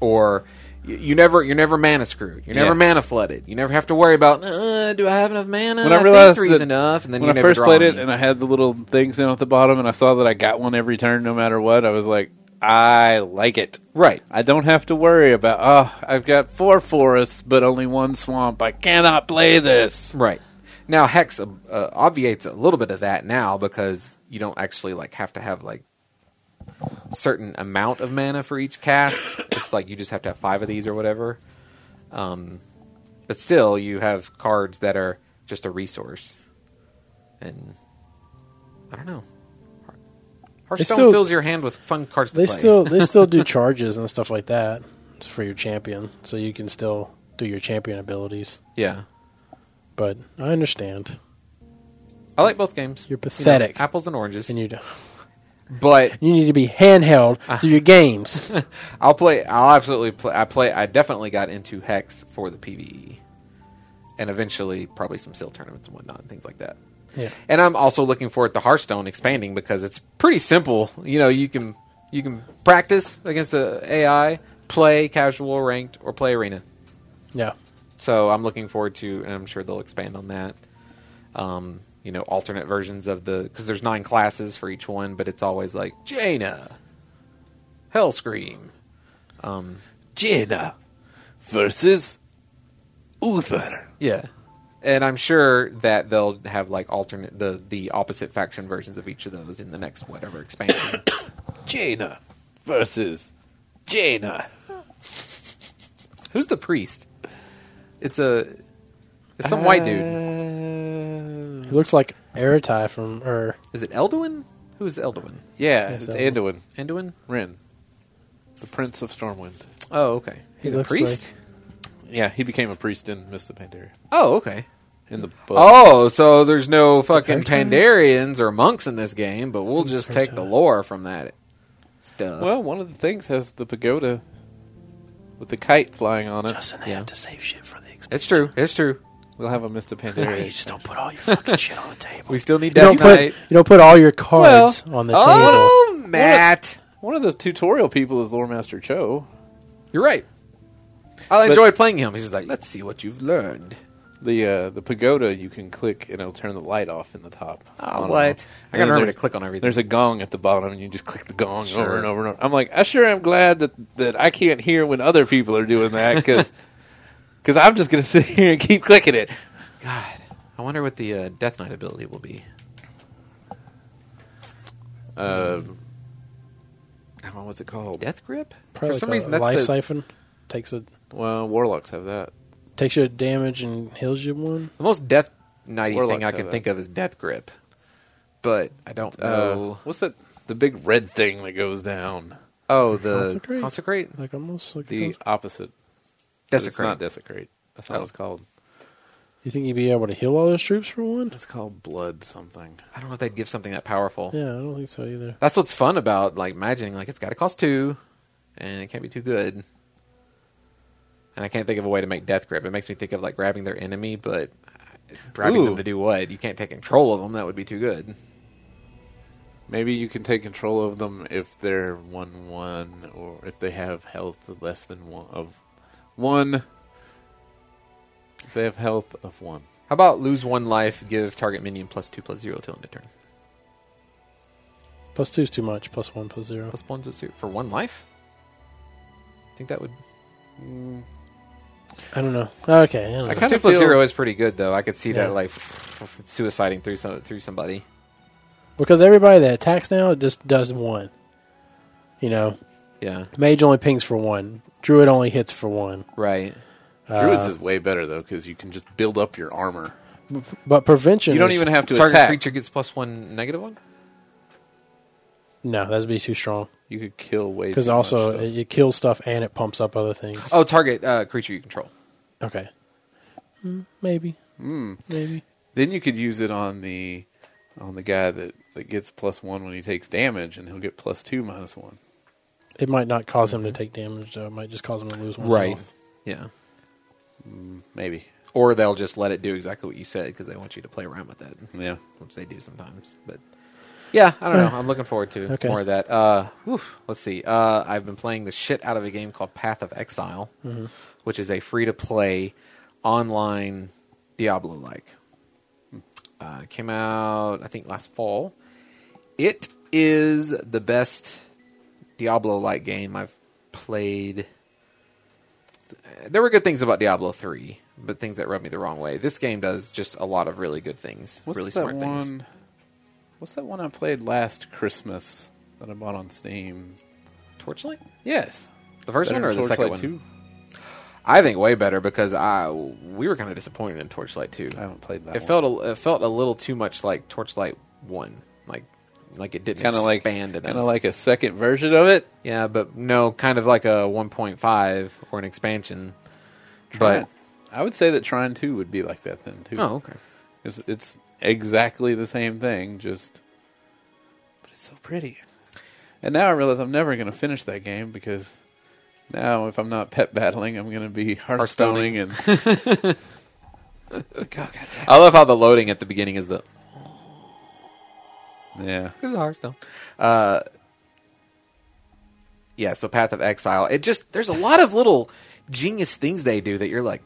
or you, you never you're never mana screwed. You're never Yeah. mana flooded. You never have to worry about uh, do I have enough mana? When I think realized three's that enough, and then when you I never first draw played it any. and I had the little things in at the bottom and I saw that I got one every turn no matter what, I was like, I like it. right. I don't have to worry about, oh, I've got four forests but only one swamp. I cannot play this. Right. Now hex uh, uh, obviates a little bit of that now because you don't actually like have to have like certain amount of mana for each cast. just like you just have to have 5 of these or whatever. Um but still you have cards that are just a resource. And I don't know. Heart- Hearthstone still- fills your hand with fun cards to They play. still they still do charges and stuff like that It's for your champion, so you can still do your champion abilities. Yeah. But I understand I like both games. You're You know, pathetic. apples and oranges. you need to, but you need to be handheld through Ah. your games. I'll play. I'll absolutely play. I play. I definitely got into Hex for the PVE, and eventually probably some Seal tournaments and whatnot and things like that. Yeah. And I'm also looking forward to Hearthstone expanding because it's pretty simple. You know, you can you can practice against the AI, play casual, ranked, or play arena. Yeah. So I'm looking forward to, and I'm sure they'll expand on that. Um, you know, alternate versions of the because there's nine classes for each one, but it's always like Jaina, Hell Scream. Jaina versus Uther. Yeah. And I'm sure that they'll have like alternate the the opposite faction versions of each of those in the next whatever expansion. Jaina versus Jaina. Who's the priest? It's a it's some white Uh, dude. He looks like Aratai from or Is it Elduin? Who is Elduin? Yeah, Yes, it's I will. Anduin. Anduin? Rin. The Prince of Stormwind. Oh, okay. He's a looks priest. Yeah, he became a priest in Mist of Pandaria. oh, okay. In the book. Oh, so there's no fucking Hearthstone? Pandarians or monks in this game, but we'll just take the lore from that stuff. Well, one of the things has the pagoda with the kite flying on it. Justin. They Yeah. have to save shit for the expansion. it's true. It's true. We'll have a Mr. You Pandaria. just don't put all your fucking shit on the table. We still need You don't Death put Knight. you don't put all your cards on the table. Oh, Matt. One of the tutorial people is Lore Master Cho. You're right. I enjoyed playing him. He's just like, let's see what you've learned. The uh, the pagoda you can click and it'll turn the light off in the top. Oh, On and what? off. I gotta And remember there's- to click on everything. There's a gong at the bottom and you just click the gong over Sure. and over and over. I'm like, I sure am glad that, that I can't hear when other people are doing that because I'm just gonna sit here and keep clicking it. God, I wonder what the uh, Death Knight ability will be. Um, oh, what's it called? Death Grip? Probably For some like a reason, that's life the, siphon takes a Well, warlocks have that. takes you damage and heals you one. the most Death Knighty Warlocks thing I have can that. think of is Death Grip. But I don't Uh, know. what's that? The big red thing that goes down. oh, the Consecrate? Consecrate? Like almost like The those- opposite. But It's Desecrate. not desecrate. That's not Oh. what it's called. you think you'd be able to heal all those troops for one? It's called blood something. I don't know if they'd give something that powerful. Yeah, I don't think so either. That's what's fun about like imagining like it's got to cost two, and it can't be too good. And I can't think of a way to make death grip. It makes me think of like grabbing their enemy, but grabbing Ooh. them to do what? You can't take control of them. That would be too good. Maybe you can take control of them if they're one one or if they have health of less than one of one. If they have health of one. How about lose one life, give target minion plus two plus zero till end of turn? Plus two is too much. Plus one, plus zero. Plus one to zero for one life? I think that would. I don't know. Okay. I don't I know. kinda two plus feel- zero is pretty good though. I could see Yeah. that like suiciding through some, through somebody. Because everybody that attacks now just does one. You know, Yeah, mage only pings for one. Druid only hits for one. right. Druids is way better though because you can just build up your armor. But prevention. You don't is- even have to Target attack. creature gets plus one negative one. No, that'd be too strong. You could kill way Because too much also stuff. it, it kills stuff and it pumps up other things. Oh, target uh, creature you control. Okay. Mm, maybe. Maybe. Hmm. Then you could use it on the on the guy that that gets plus one when he takes damage, and he'll get plus two minus one. It might not because him to take damage. Though. It might just cause him to lose one. Right. health. Yeah. Maybe. Or they'll just let it do exactly what you said because they want you to play around with that, Yeah. which they do sometimes. But yeah, I don't know. I'm looking forward to Okay. more of that. Uh, whew, let's see. Uh, I've been playing the shit out of a game called Path of Exile, which is a free to play online Diablo like. Uh, came out, I think, last fall. It is the best Diablo like game I've played. There were good things about Diablo 3, but things that rubbed me the wrong way. This game does just a lot of really good things, What's really that smart one? things. What's that one I played last Christmas that I bought on Steam? Torchlight? Yes. The first Better one or than the second Torchlight one? 2? I think way better because I we were kind of disappointed in Torchlight 2. I haven't played that. It felt a, it felt a little too much like Torchlight 1. Like like it didn't kind of like expand enough. kind of like a second version of it. yeah, but no, kind of like a 1.5 or an expansion. But But I would say that Trine Two would be like that then too. oh, okay. it's, it's exactly the same thing, just but it's so pretty. And now I realize I'm never going to finish that game because now if I'm not pet battling, I'm going to be hearthstoning and. God, God damn. I love how the loading at the beginning is the Yeah, This is Hearthstone. Uh, yeah, so Path of Exile. It just there's a lot of little genius things they do that you're like,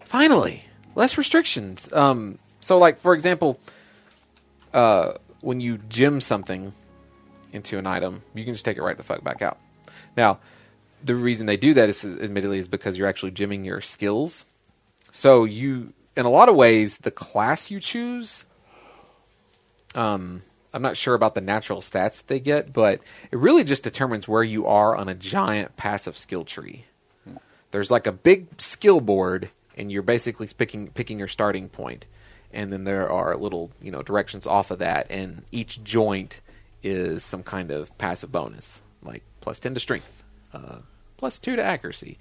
finally, less restrictions. Um, so like for example, uh, when you gem something into an item, you can just take it right the fuck back out. Now, the reason they do that is admittedly is because you're actually gemming your skills. So you, in a lot of ways, the class you choose um, I'm not sure about the natural stats that they get, but it really just determines where you are on a giant passive skill tree. There's like a big skill board, and you're basically picking picking your starting point, and then there are little you know directions off of that, and each joint is some kind of passive bonus, like plus ten to strength, uh, plus two to accuracy,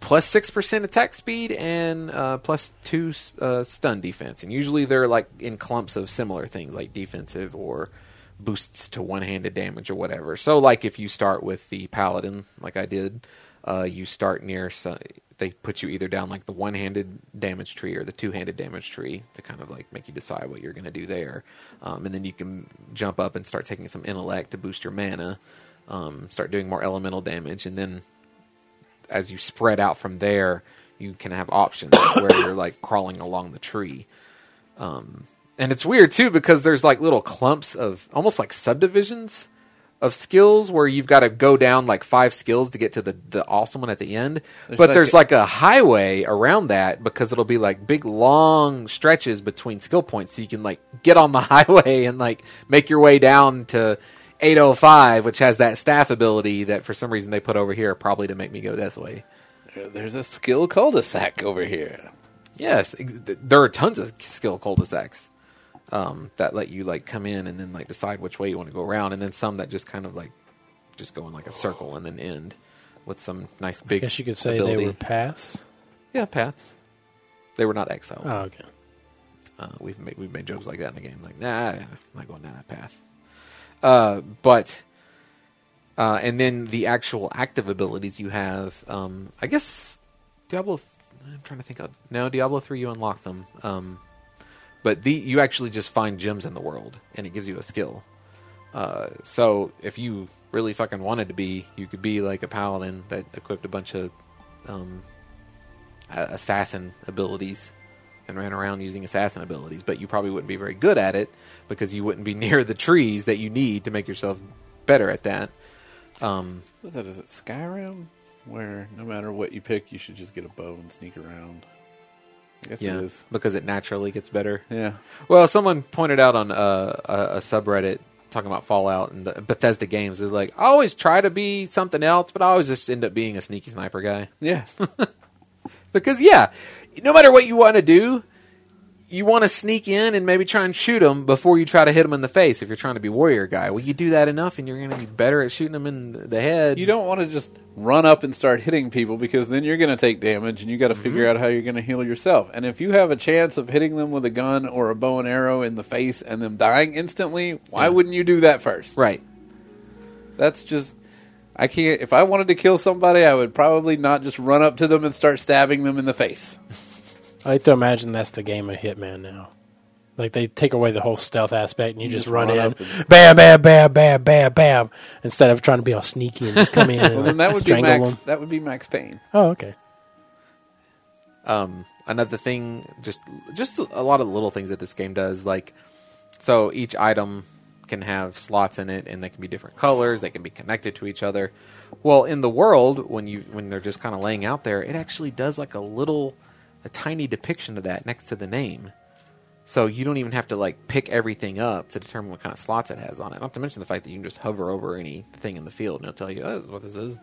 plus six percent attack speed and uh, plus two uh, stun defense. And usually they're like in clumps of similar things like defensive or boosts to one-handed damage or whatever. So like if you start with the paladin, like I did, uh, you start near. So they put you either down like the one-handed damage tree or the two-handed damage tree to kind of like make you decide what you're going to do there, um, and then you can jump up and start taking some intellect to boost your mana. Um, start doing more elemental damage, and then as you spread out from there, you can have options where you're like crawling along the tree. Um, and it's weird too because there's like little clumps of almost like subdivisions of skills where you've got to go down like five skills to get to the, the awesome one at the end. but like there's a- like a highway around that because it'll be like big long stretches between skill points. So you can like get on the highway and like make your way down to 805, which has that staff ability that for some reason they put over here probably to make me go this way. There- there's a skill cul-de-sac over here. Yes, ex- th- there are tons of skill cul-de-sacs um, that let you like come in and then like decide which way you want to go around, and then some that just kind of like just go in like a circle and then end with some nice I big. guess you could say ability. they were paths. yeah paths. They were not exiled. Oh, okay. Uh, we've made we've made jokes like that in the game, like nah, I'm not going down that path. Uh, but uh, and then the actual active abilities you have, um, I guess Diablo. th- I'm trying to think of no Diablo three. You unlock them, um, but the you actually just find gems in the world, and it gives you a skill. Uh, so if you really fucking wanted to be, you could be like a paladin that equipped a bunch of um, a- assassin abilities and ran around using assassin abilities, but you probably wouldn't be very good at it because you wouldn't be near the trees that you need to make yourself better at that. Um, What is that? Is it Skyrim? Where no matter what you pick, you should just get a bow and sneak around. I guess yeah, it is. because it naturally gets better. Yeah. Well, someone pointed out on uh, a, a subreddit talking about Fallout and the Bethesda games is like I always try to be something else, but I always just end up being a sneaky sniper guy Yeah. because yeah, no matter what you want to do, you want to sneak in and maybe try and shoot them before you try to hit them in the face. If you're trying to be warrior guy, well, you do that enough, and you're going to be better at shooting them in the head. you don't want to just run up and start hitting people because then you're going to take damage and you got to figure out how you're going to heal yourself. And if you have a chance of hitting them with a gun or a bow and arrow in the face and them dying instantly, why wouldn't you do that first? right? That's just I can't if I wanted to kill somebody, I would probably not just run up to them and start stabbing them in the face. I like to imagine that's the game of Hitman now. Like they take away the whole stealth aspect, and you, just, just run, run in, up and- bam, bam, bam, bam, bam, bam, instead of trying to be all sneaky and just come in. and Well, then that would be strangle Max them. that would be Max Payne. Oh, okay. Um, another thing, just just a lot of little things that this game does, like so each item can have slots in it, and they can be different colors. They can be connected to each other. Well, in the world, when you when they're just kind of laying out there, it actually does like a little, a tiny depiction of that next to the name. So you don't even have to like pick everything up to determine what kind of slots it has on it. Not to mention the fact that you can just hover over anything in the field and it'll tell you, "Oh, this is what this is."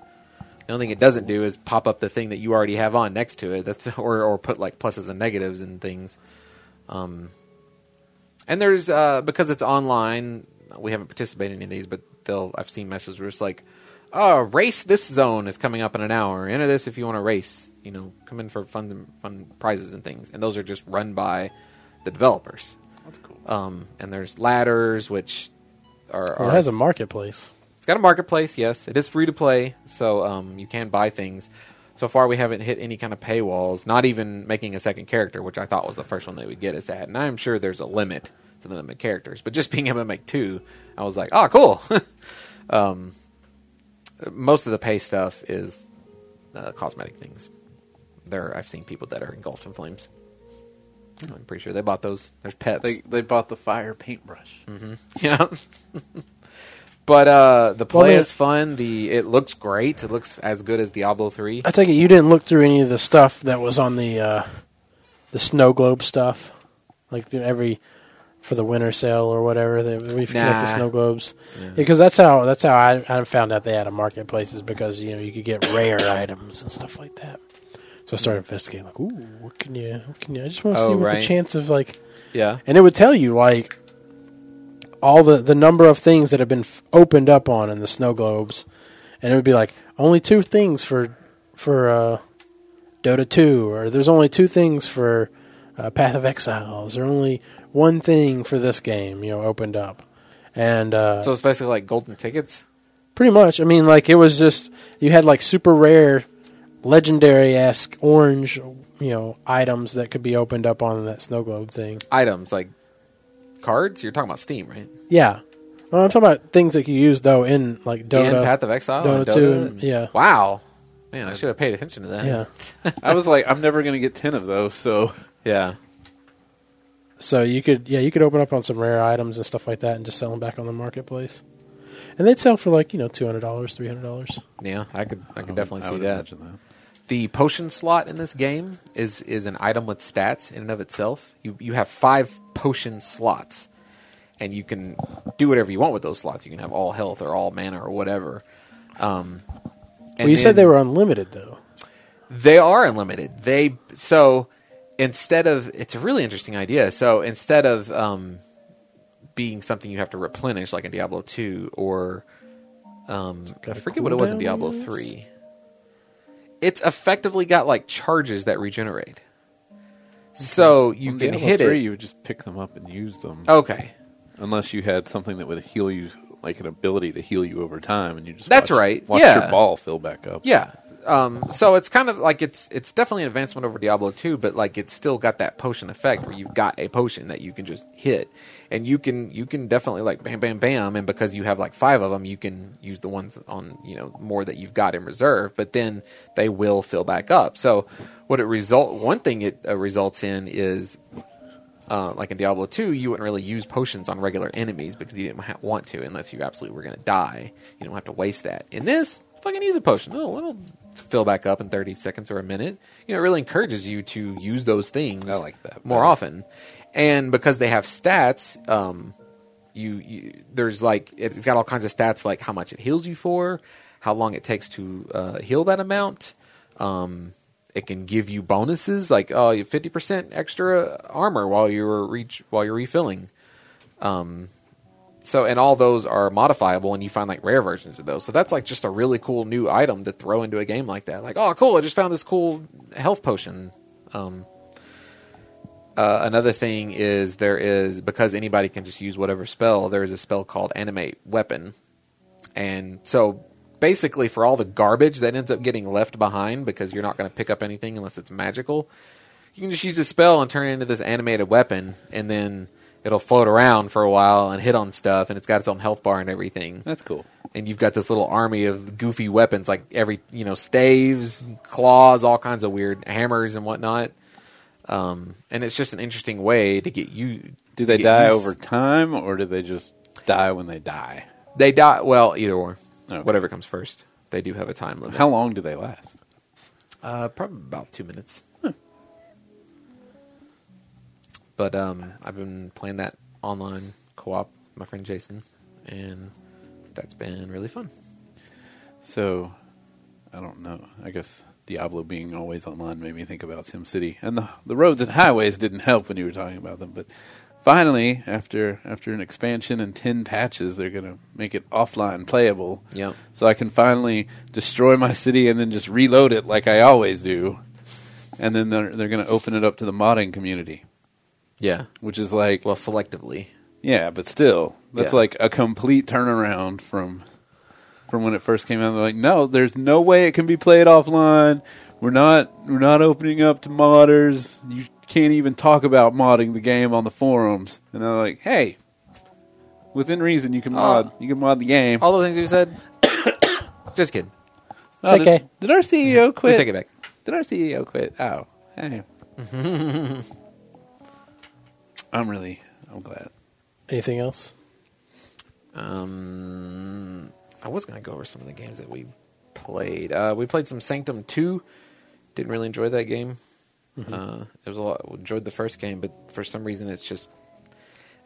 The only thing it doesn't do is pop up the thing that you already have on next to it. That's or or put like pluses and negatives and things. Um, and there's uh, because it's online, we haven't participated in any of these, but they'll I've seen messages where it's like, "Oh, race this zone is coming up in an hour. Enter this if you want to race. You know, come in for fun fun prizes and things." And those are just run by the developers. That's cool. Um, and there's ladders which are, Well, are it has a marketplace. it's got a marketplace, yes. It is free to play, so um, you can buy things. So far, we haven't hit any kind of paywalls, not even making a second character, which I thought was the first one they would get us at. And I'm sure there's a limit to the number of characters, but just being able to make two, I was like, oh, cool. um, most of the pay stuff is uh, cosmetic things. There, I've seen people that are engulfed in flames. I'm pretty sure they bought those. There's pets. They they bought the fire paintbrush. Yeah. but uh, the play Well, yeah. is fun. The it looks great. It looks as good as Diablo three. I take it you didn't look through any of the stuff that was on the uh, the snow globe stuff, like through every for the winter sale or whatever. They, we collect the Nah. snow globes because that's how that's how I, I found out they had a marketplace is because you know you could get rare items and stuff like that. So I started investigating, like, ooh, what can you? What can you? I just want to Oh, see what right. the chance of like Yeah. and it would tell you like all the the number of things that have been f- opened up on in the snow globes, and it would be like only two things for for uh, Dota two, or there's only two things for uh, Path of Exiles, or only one thing for this game, you know, opened up, and uh, So it's basically like golden tickets. pretty much, I mean, like it was just you had like super rare, legendary esque orange, you know, items that could be opened up on that snow globe thing. Items like cards. You're talking about Steam, right? Yeah. Well, I'm talking about things that you use though in like Dota. And Path of Exile. and Dota 2 and- yeah. Wow. Man, I should have paid attention to that. yeah. I was like, I'm never going to get ten of those. So Yeah. So you could yeah you could open up on some rare items and stuff like that and just sell them back on the marketplace, and they'd sell for like you know two hundred dollars, three hundred dollars. Yeah. I could. Mhm. I could would- definitely Um, I see would that. imagine that. The potion slot in this game is is an item with stats in and of itself. You you have five potion slots, and you can do whatever you want with those slots. You can have all health or all mana or whatever. Um, Well, you said they were unlimited though. they are unlimited. They so instead of it's a really interesting idea. So instead of um, being something you have to replenish like in Diablo two or um, I got a forget what it was in cooldown Diablo on this? three. It's effectively got like charges that regenerate. So you On can Diablo hit 3, it. You would just pick them up and use them, Okay, unless you had something that would heal you, like an ability to heal you over time, and you just That's watch- right, Watch yeah. your ball fill back up. yeah. Um, so it's kind of like it's it's definitely an advancement over Diablo 2, but like it's still got that potion effect where you've got a potion that you can just hit, and you can you can definitely like bam bam bam, and because you have like five of them, you can use the ones on you know more that you've got in reserve, but then they will fill back up. So what it result one thing it uh, results in is uh, like in Diablo 2, you wouldn't really use potions on regular enemies because you didn't ha- want to unless you absolutely were going to die. You don't have to waste that. In this, fucking use a potion. It'll, it'll fill back up in 30 seconds or a minute. You know, it really encourages you to use those things I like that more better. often. And because they have stats, um, you, you there's like it's got all kinds of stats like how much it heals you for, how long it takes to uh, heal that amount. Um, it can give you bonuses like oh fifty percent extra armor while you're reach while you're refilling. Um, so and all those are modifiable, and you find like rare versions of those. So that's like just a really cool new item to throw into a game like that. Like oh cool, I just found this cool health potion. Um, uh, another thing is there is because anybody can just use whatever spell. There is a spell called animate weapon, and so basically for all the garbage that ends up getting left behind because you're not going to pick up anything unless it's magical, you can just use a spell and turn it into this animated weapon, and then it'll float around for a while and hit on stuff, and it's got its own health bar and everything That's cool. and you've got this little army of goofy weapons like every you know staves claws all kinds of weird hammers and whatnot um, and it's just an interesting way to get you Do they get die use- over time, or do they just die when they die? they die well either or Okay. whatever comes first they do have a time limit How long do they last? uh, probably about two minutes Hmm. but um, i've been playing that online co-op with my friend jason and that's been really fun So, I don't know. I guess Diablo being always online made me think about SimCity, and the the roads and highways didn't help when you were talking about them. But finally, after after an expansion and ten patches, they're gonna make it offline playable. Yep. So I can finally destroy my city and then just reload it like I always do, and then they're they're gonna open it up to the modding community, yeah which is like well selectively yeah, but still, that's Yeah. like a complete turnaround from from when it first came out. They're like, no, there's no way it can be played offline. We're not we're not opening up to modders. You can't even talk about modding the game on the forums. And they're like, hey, within reason, you can Oh. mod you can mod the game. all those things you said just kidding Oh, It's okay. Did, did our CEO we quit? take it back Did our CEO quit? Oh, hey. I'm really I'm glad. Anything else? Um, I was going to go over some of the games that we played. Uh, we played some Sanctum 2. Didn't really enjoy that game. Uh, it was a lot. Enjoyed the first game, but for some reason, it's just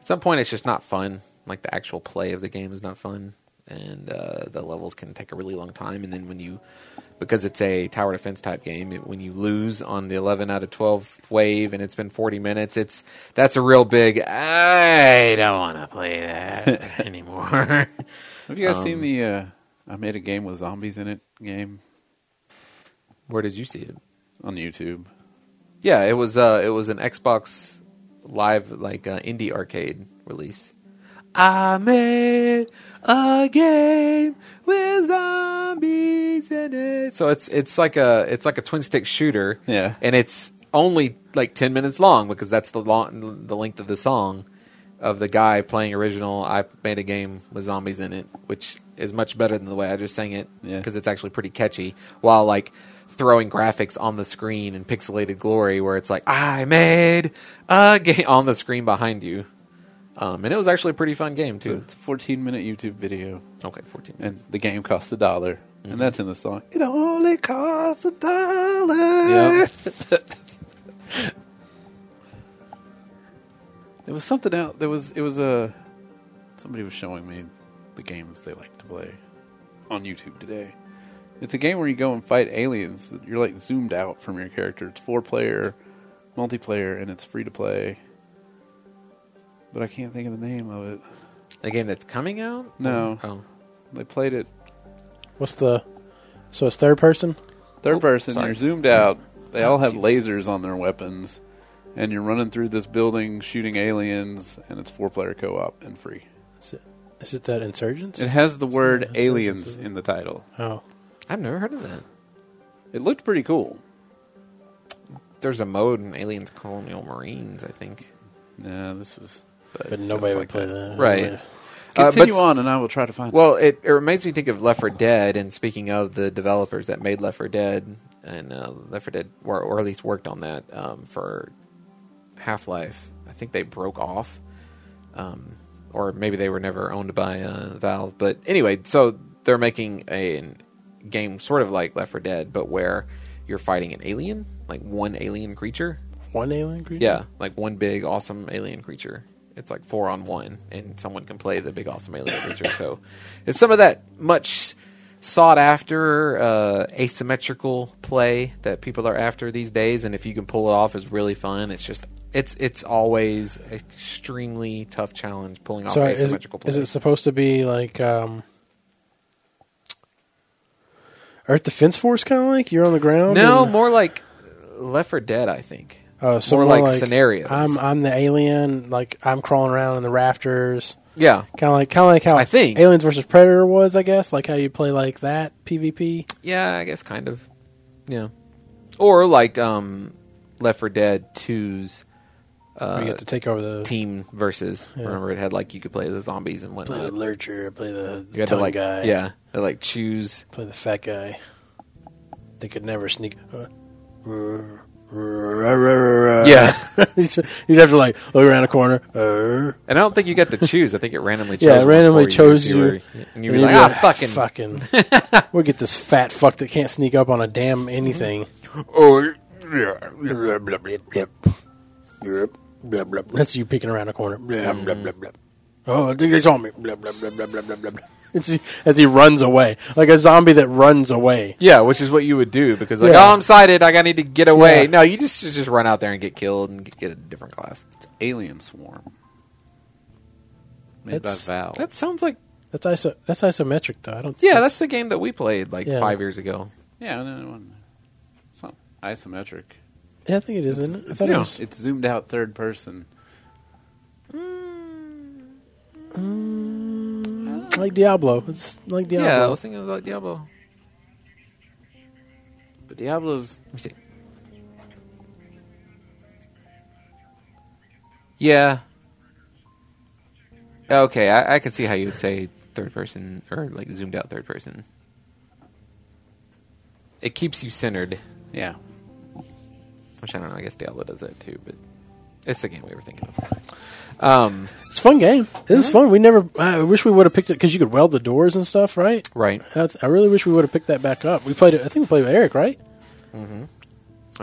at some point it's just not fun. Like the actual play of the game is not fun, and uh, the levels can take a really long time. And then when you, because it's a tower defense type game, it, when you lose on the eleven out of twelve wave, and it's been forty minutes, it's that's a real big. I don't want to play that anymore. Have you guys seen the uh, I made a game with zombies in it game Where did you see it? on YouTube? Yeah, it was uh, it was an Xbox Live like uh, indie arcade release. I made a game with zombies in it. So it's it's like a it's like a twin stick shooter. Yeah. and it's only like ten minutes long because that's the long the length of the song of the guy playing original. I made a game with zombies in it, which is much better than the way I just sang it Yeah. because it's actually pretty catchy. While like throwing graphics on the screen in pixelated glory, where it's like I made a game on the screen behind you. Um, and it was actually a pretty fun game too. It's a 14 minute YouTube video, Okay, fourteen. and the game costs a dollar, and that's in the song. It only costs a dollar. Yeah. There was something else. There was it was a somebody was showing me the games they like to play on YouTube today. It's a game where you go and fight aliens. You're like zoomed out from your character. It's four player, multiplayer, and it's free to play. But I can't think of the name of it. A game that's coming out? No. Oh, They played it What's the? So it's third person. third Oh, person. sorry. You're zoomed out. They all have Shoot. lasers on their weapons, and you're running through this building shooting aliens. And it's four player co op and free. Is it? Is it that insurgents? It has the word that's- aliens in the title. oh, I've never heard of that. It looked pretty cool. There's a mode in Aliens Colonial Marines, I think. No, this was. but nobody would like play that. Right. Uh, Continue but- on, and I will try to find. Well, it, it makes me think of Left 4 Dead. And speaking of the developers that made Left 4 Dead, and uh, Left 4 Dead, or, or at least worked on that um, for Half Life, I think they broke off, um, or maybe they were never owned by uh, Valve. But anyway, so they're making a an game sort of like Left 4 Dead, but where you're fighting an alien, like one alien creature. One alien creature? Yeah, like one big awesome alien creature. It's like four on one, and someone can play the big awesome alien creature. So it's some of that much sought after uh, asymmetrical play that people are after these days. And if you can pull it off, is really fun. It's just it's it's always extremely tough challenge pulling off So is, it- asymmetrical play. is it supposed to be like um, Earth Defense Force kind of like you're on the ground? no, and- more like Left 4 Dead, I think. oh, so more like scenarios. I'm I'm the alien, like I'm crawling around in the rafters, Yeah, kind of like kind of like how I think. Aliens versus Predator was, I guess, like how you play like that PvP. Yeah, I guess kind of. Yeah. Or like um Left 4 Dead 2's you uh, get to take over the team versus. Remember it had like you could play as the zombies and play the whatnot. lurcher, play the You had to tongue like guy, yeah, they like choose. play the fat guy. They could never sneak. Uh, yeah, Yeah. you'd have to like look around a corner. Uh, and I don't think you got to choose. I think it randomly chose Yeah, it one randomly for chose if you. were- and you were And like, you'd "Ah, be fucking fucking. we'll get this fat fuck that can't sneak up on a damn anything. Oh, That's you peeking around a corner. Mm. Oh, I think they saw me. It's- As he runs away, like a zombie that runs away. Yeah, which is what you would do because like, Yeah. "Oh, I'm sighted. I got- need to get away." Yeah. No, you just you just run out there and get killed and get a different class. Alien Swarm. Made That's- by Valve. That sounds like That's iso- that's isometric though. I don't. Yeah, that's the game that we played like Yeah. 5 years ago. yeah, no, no, no. It's not isometric. Yeah, I think it is. Isn't it? I thought it Yeah. was. It's zoomed out third person. Mm, like Diablo. It's like Yeah, I Diablo. was thinking about Diablo. But Diablo's Let me see. Yeah. Okay, I, I can see how you would say third person or like zoomed out third person. It keeps you centered, yeah. which I don't know. I guess Diablo does that too, but it's the game we were thinking of. Um, It's a fun game. It was fun. We never. I wish we would have picked it because you could weld the doors and stuff, right? right. I, th- I really wish we would have picked that back up. We played it. I think we played with Eric, right? And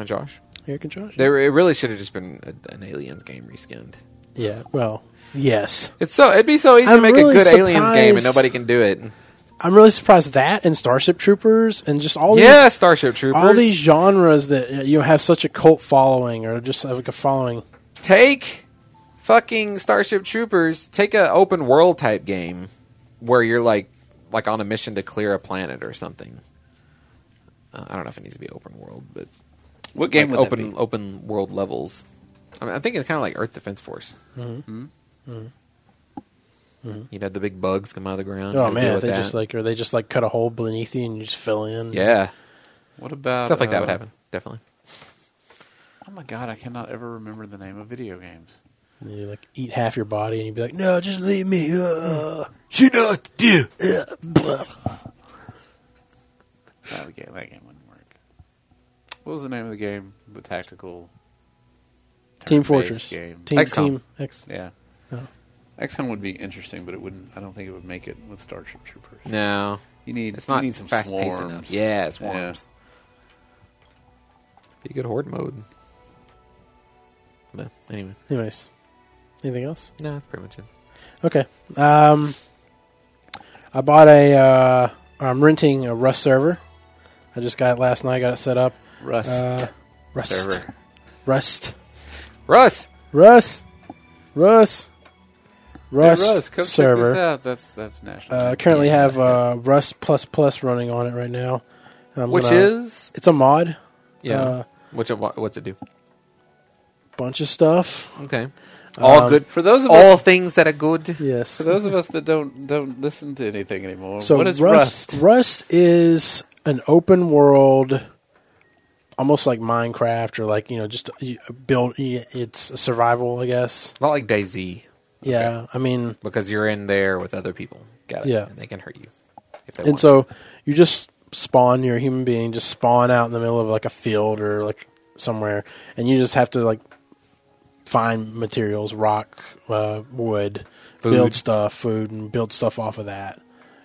Josh, Eric and Josh. there it really should have just been a, an Aliens game reskinned. yeah. Well, yes. It's so it'd be so easy to I'm make a really good Aliens game, and surprised- nobody can do it. I'm really surprised that and Starship Troopers and just all yeah, these Starship Troopers. all these genres that uh, you know, have such a cult following or just have, like a following. take fucking Starship Troopers, take a open world type game where you're like like on a mission to clear a planet or something. Uh, I don't know if it needs to be open world, but What game like would open that be? open world levels. I mean, I think it's kind of like Earth Defense Force. Mm-hmm. You'd have the big bugs come out of the ground. Mm-hmm. Oh You'd deal man, with they that. just like or they just like cut a hole beneath you and you just fill in. yeah, What about stuff like that would uh, happen definitely. Oh my god, I cannot ever remember the name of video games. And you like eat half your body and you'd be like, no, just leave me. Uh, You know what to do. that, would get- that game wouldn't work. What was the name of the game? The tactical Team turn-based Fortress. game. Team, XCOM. team X. yeah. Oh. XCOM would be interesting, but it wouldn't. I don't think it would make it with Starship Troopers. No, You need it's you not need some fast paced swarms. enough. Yeah, it's swarms. Be good horde mode. But anyway, Anyways, anything else? no, that's pretty much it. Okay. Um, I bought a. Uh, I'm renting a Rust server. I just got it last night. Got it set up. Rust Uh, Rust. server. Rust. Russ, Rust. Rust. Hey, Rust. Russ, come check this server. out. That's that's national. Uh, currently have uh, Rust plus plus running on it right now. I'm which gonna- is it's a mod. yeah. Uh, which it- what's it do? bunch of stuff. Okay, all um, good. for those of All us, things that are good. Yes. for those of us that don't don't listen to anything anymore, So what is Rust, Rust? Rust is an open world almost like Minecraft or like you know just you build. It's a survival, I guess. Not like Daisy Yeah, I mean, because you're in there with other people. Got it. Yeah. and they can hurt you if they and want. so you just spawn. You're a human being. Just spawn out in the middle of like a field or like somewhere, and you just have to like find materials, rock, uh, wood, Food. build stuff, food, and build stuff off of that.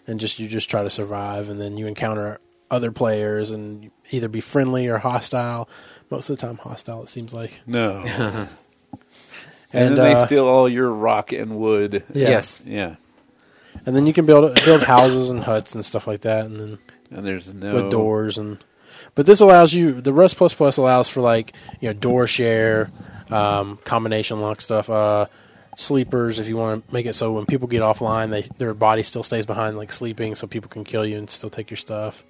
And just you just try to survive, and then you encounter other players and either be friendly or hostile. Most of the time, hostile. It seems like. No. and, And, then they uh, steal all your rock and wood. Yeah. Yes, Yeah. And then you can build build houses and huts and stuff like that, and then. And there's no with doors and but this allows you the rust plus plus allows for like you know door share um, combination lock stuff uh, sleepers if you want to make it so when people get offline they their body still stays behind like sleeping so people can kill you and still take your stuff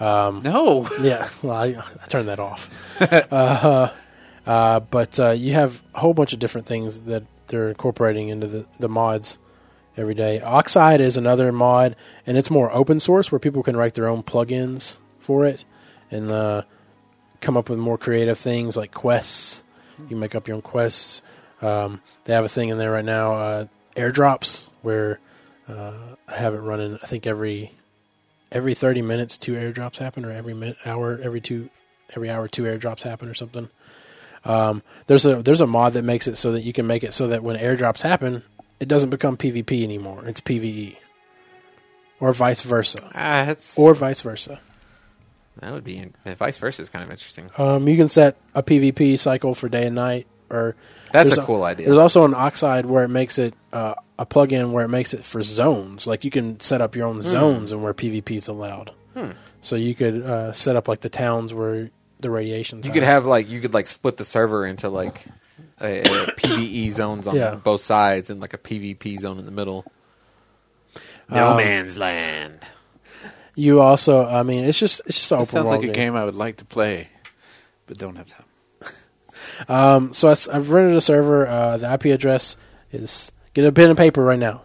no. yeah, well, I, I turned that off. uh, uh, but uh, you have a whole bunch of different things that they're incorporating into the, the mods every day. Oxide is another mod, and it's more open source where people can write their own plugins for it and uh, come up with more creative things like quests. You make up your own quests. Um, they have a thing in there right now, uh, airdrops, where uh, I have it running. I think every every 30 minutes two airdrops happen or every minute hour every two every hour two airdrops happen or something um, there's a there's a mod that makes it so that you can make it so that when airdrops happen it doesn't become pvp anymore it's pve or vice versa Ah, that's or vice versa that would be in- vice versa is kind of interesting. um, you can set a pvp cycle for day and night or That's there's a cool idea. There's also an oxide where it makes it uh, a plug-in where it makes it for zones. Like you can set up your own zones and where PvP is allowed. So you could uh, set up like the towns where the radiation. You could have like you could like split the server into like a, a PVE zones on Yeah. both sides and like a PvP zone in the middle. No Um, man's land. You also, I mean, it's just it's just an That open sounds like world a game. game I would like to play, but don't have time. Um, so I, have rented a server. Uh, the IP address is get a pen and paper right now.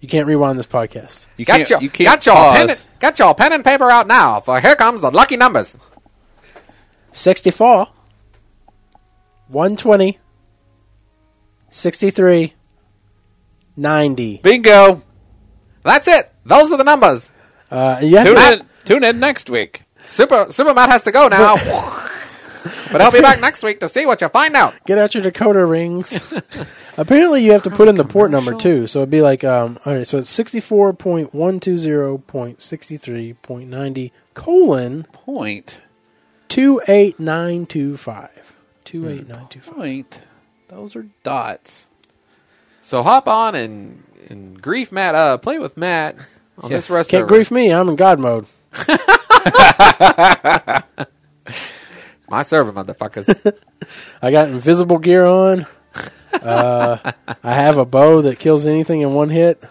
You can't rewind this podcast. You Got your, got your pen, and- got your pen and paper out now. For here comes the lucky numbers. Sixty-four, one twenty, sixty-three, ninety. Bingo. That's it. Those are the numbers. Uh, you have Tune to- in, tune in next week. Super Superman has to go now. but I'll be back next week to see what you find out. Get out your decoder rings. Apparently, you have to put in the port number too. So it'd be like, um, all right, so it's sixty four point one two zero point sixty three point ninety colon Point. two eight nine two five two eight nine two five. Point. Those are dots. So hop on and and grief Matt. Uh, play with Matt on this rest Can't server. grief me. I'm in God mode. My server, motherfuckers. I got invisible gear on. Uh, I have a bow that kills anything in one hit.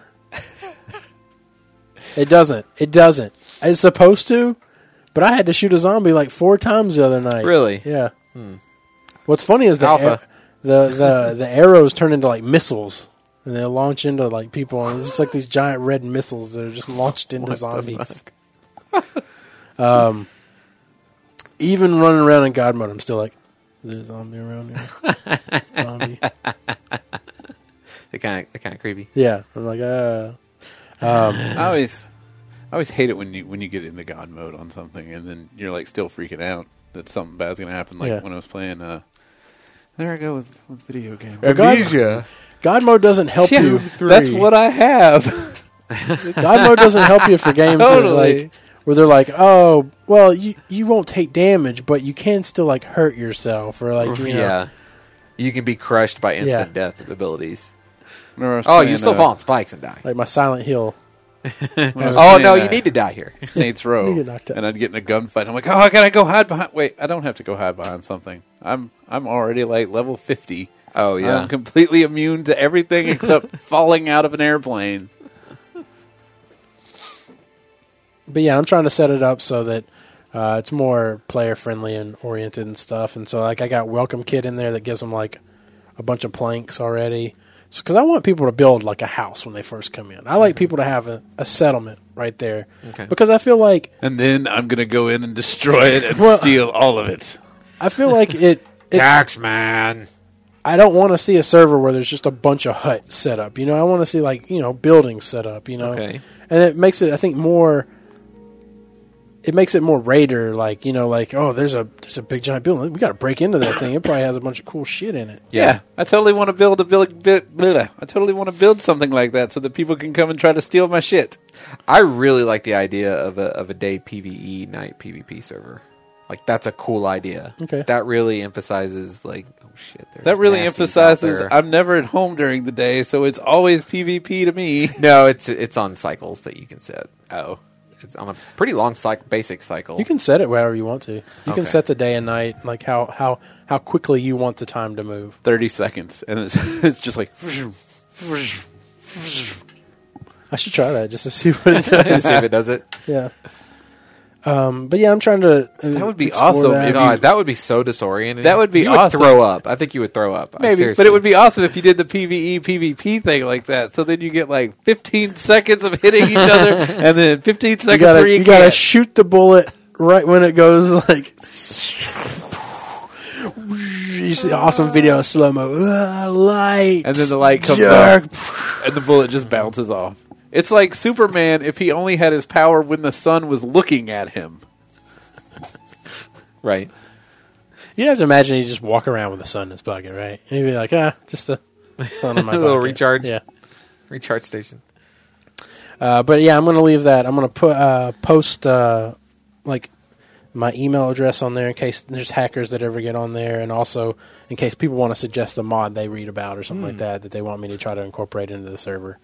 It doesn't. It doesn't. It's supposed to, but I had to shoot a zombie like four times the other night. Really? Yeah. What's funny is the Alpha. the the the arrows turn into like missiles. And they launch into like people, and it's just like these giant red missiles that are just launched into zombies. Um, Even running around in God mode, I'm still like, "There's a zombie around here." zombie. They kind of kind of creepy. Yeah, I'm like, uh, I always, I always hate it when you when you get into God mode on something and then you're like still freaking out that something bad's gonna happen. Like Yeah. when I was playing. uh There I go with, with video game. Amnesia. God mode doesn't help you. That's what I have. God mode doesn't help you for games that are, Totally. like where they're like, oh, well, you you won't take damage, but you can still like hurt yourself or like, you know, Yeah. You can be crushed by instant Yeah. death abilities. Remember I was Oh, you playing, still uh, fall on spikes and die. like my Silent Hill. when I was Oh playing, no, uh, you need to die here. Saints Row, You get knocked out. and I'd get in a gunfight. I'm like, oh, I gotta go hide behind. Wait, I don't have to go hide behind something. I'm I'm already like level fifty. Oh yeah. I'm completely immune to everything except falling out of an airplane. But yeah, I'm trying to set it up so that uh, it's more player friendly and oriented and stuff. And so like I got Welcome Kit in there that gives them like a bunch of planks already. Because I want people to build like a house when they first come in. I like people to have a, a settlement right there Okay. because I feel like And then I'm gonna go in and destroy it and Well- steal all of it. I feel like it. It's, Tax man. I don't want to see a server where there's just a bunch of huts set up. You know, I want to see like you know buildings set up. You know, Okay. and it makes it I think more. It makes it more raider like you know like oh there's a there's a big giant building we got to break into that thing it probably has a bunch of cool shit in it Yeah. I totally want to build a build. bit- blah. I totally want to build something like that so that people can come and try to steal my shit. I really like the idea of a of a day PVE night PvP server. Like that's a cool idea. Okay. That really emphasizes like oh shit. there's That really nasties out emphasizes there. I'm never at home during the day, so it's always PvP to me. no, it's it's on cycles that you can set. Oh, it's on a pretty long cycle, basic cycle. you can set it however you want to you Okay. can set the day and night like how how how quickly you want the time to move Thirty seconds, and it's, it's just like I should try that just to see what it does see if it does it. yeah um but yeah I'm trying to uh, That would be explore awesome that. if you- God, that would be so disorienting. That would be you awesome. Would throw up. I think you would throw up. I maybe. seriously- But it would be awesome if you did the E, PVE PvP thing like that. So then you get like 15 seconds of hitting each other, and then 15 seconds you gotta where you, you gotta can't. shoot the bullet right when it goes like you see awesome video of slow mo uh, light and then the light comes jerk. up, and the bullet just bounces off. It's like Superman if he only had his power when the sun was looking at him. right. you have to imagine you just walk around with the sun in his pocket right and you'd be like ah just a sun in my A little pocket. recharge. yeah Recharge station. Uh, but yeah, I'm gonna leave that. I'm gonna put uh, post uh, like my email address on there in case there's hackers that ever get on there, and also in case people want to suggest a mod they read about or something Hmm. like that that they want me to try to incorporate into the server.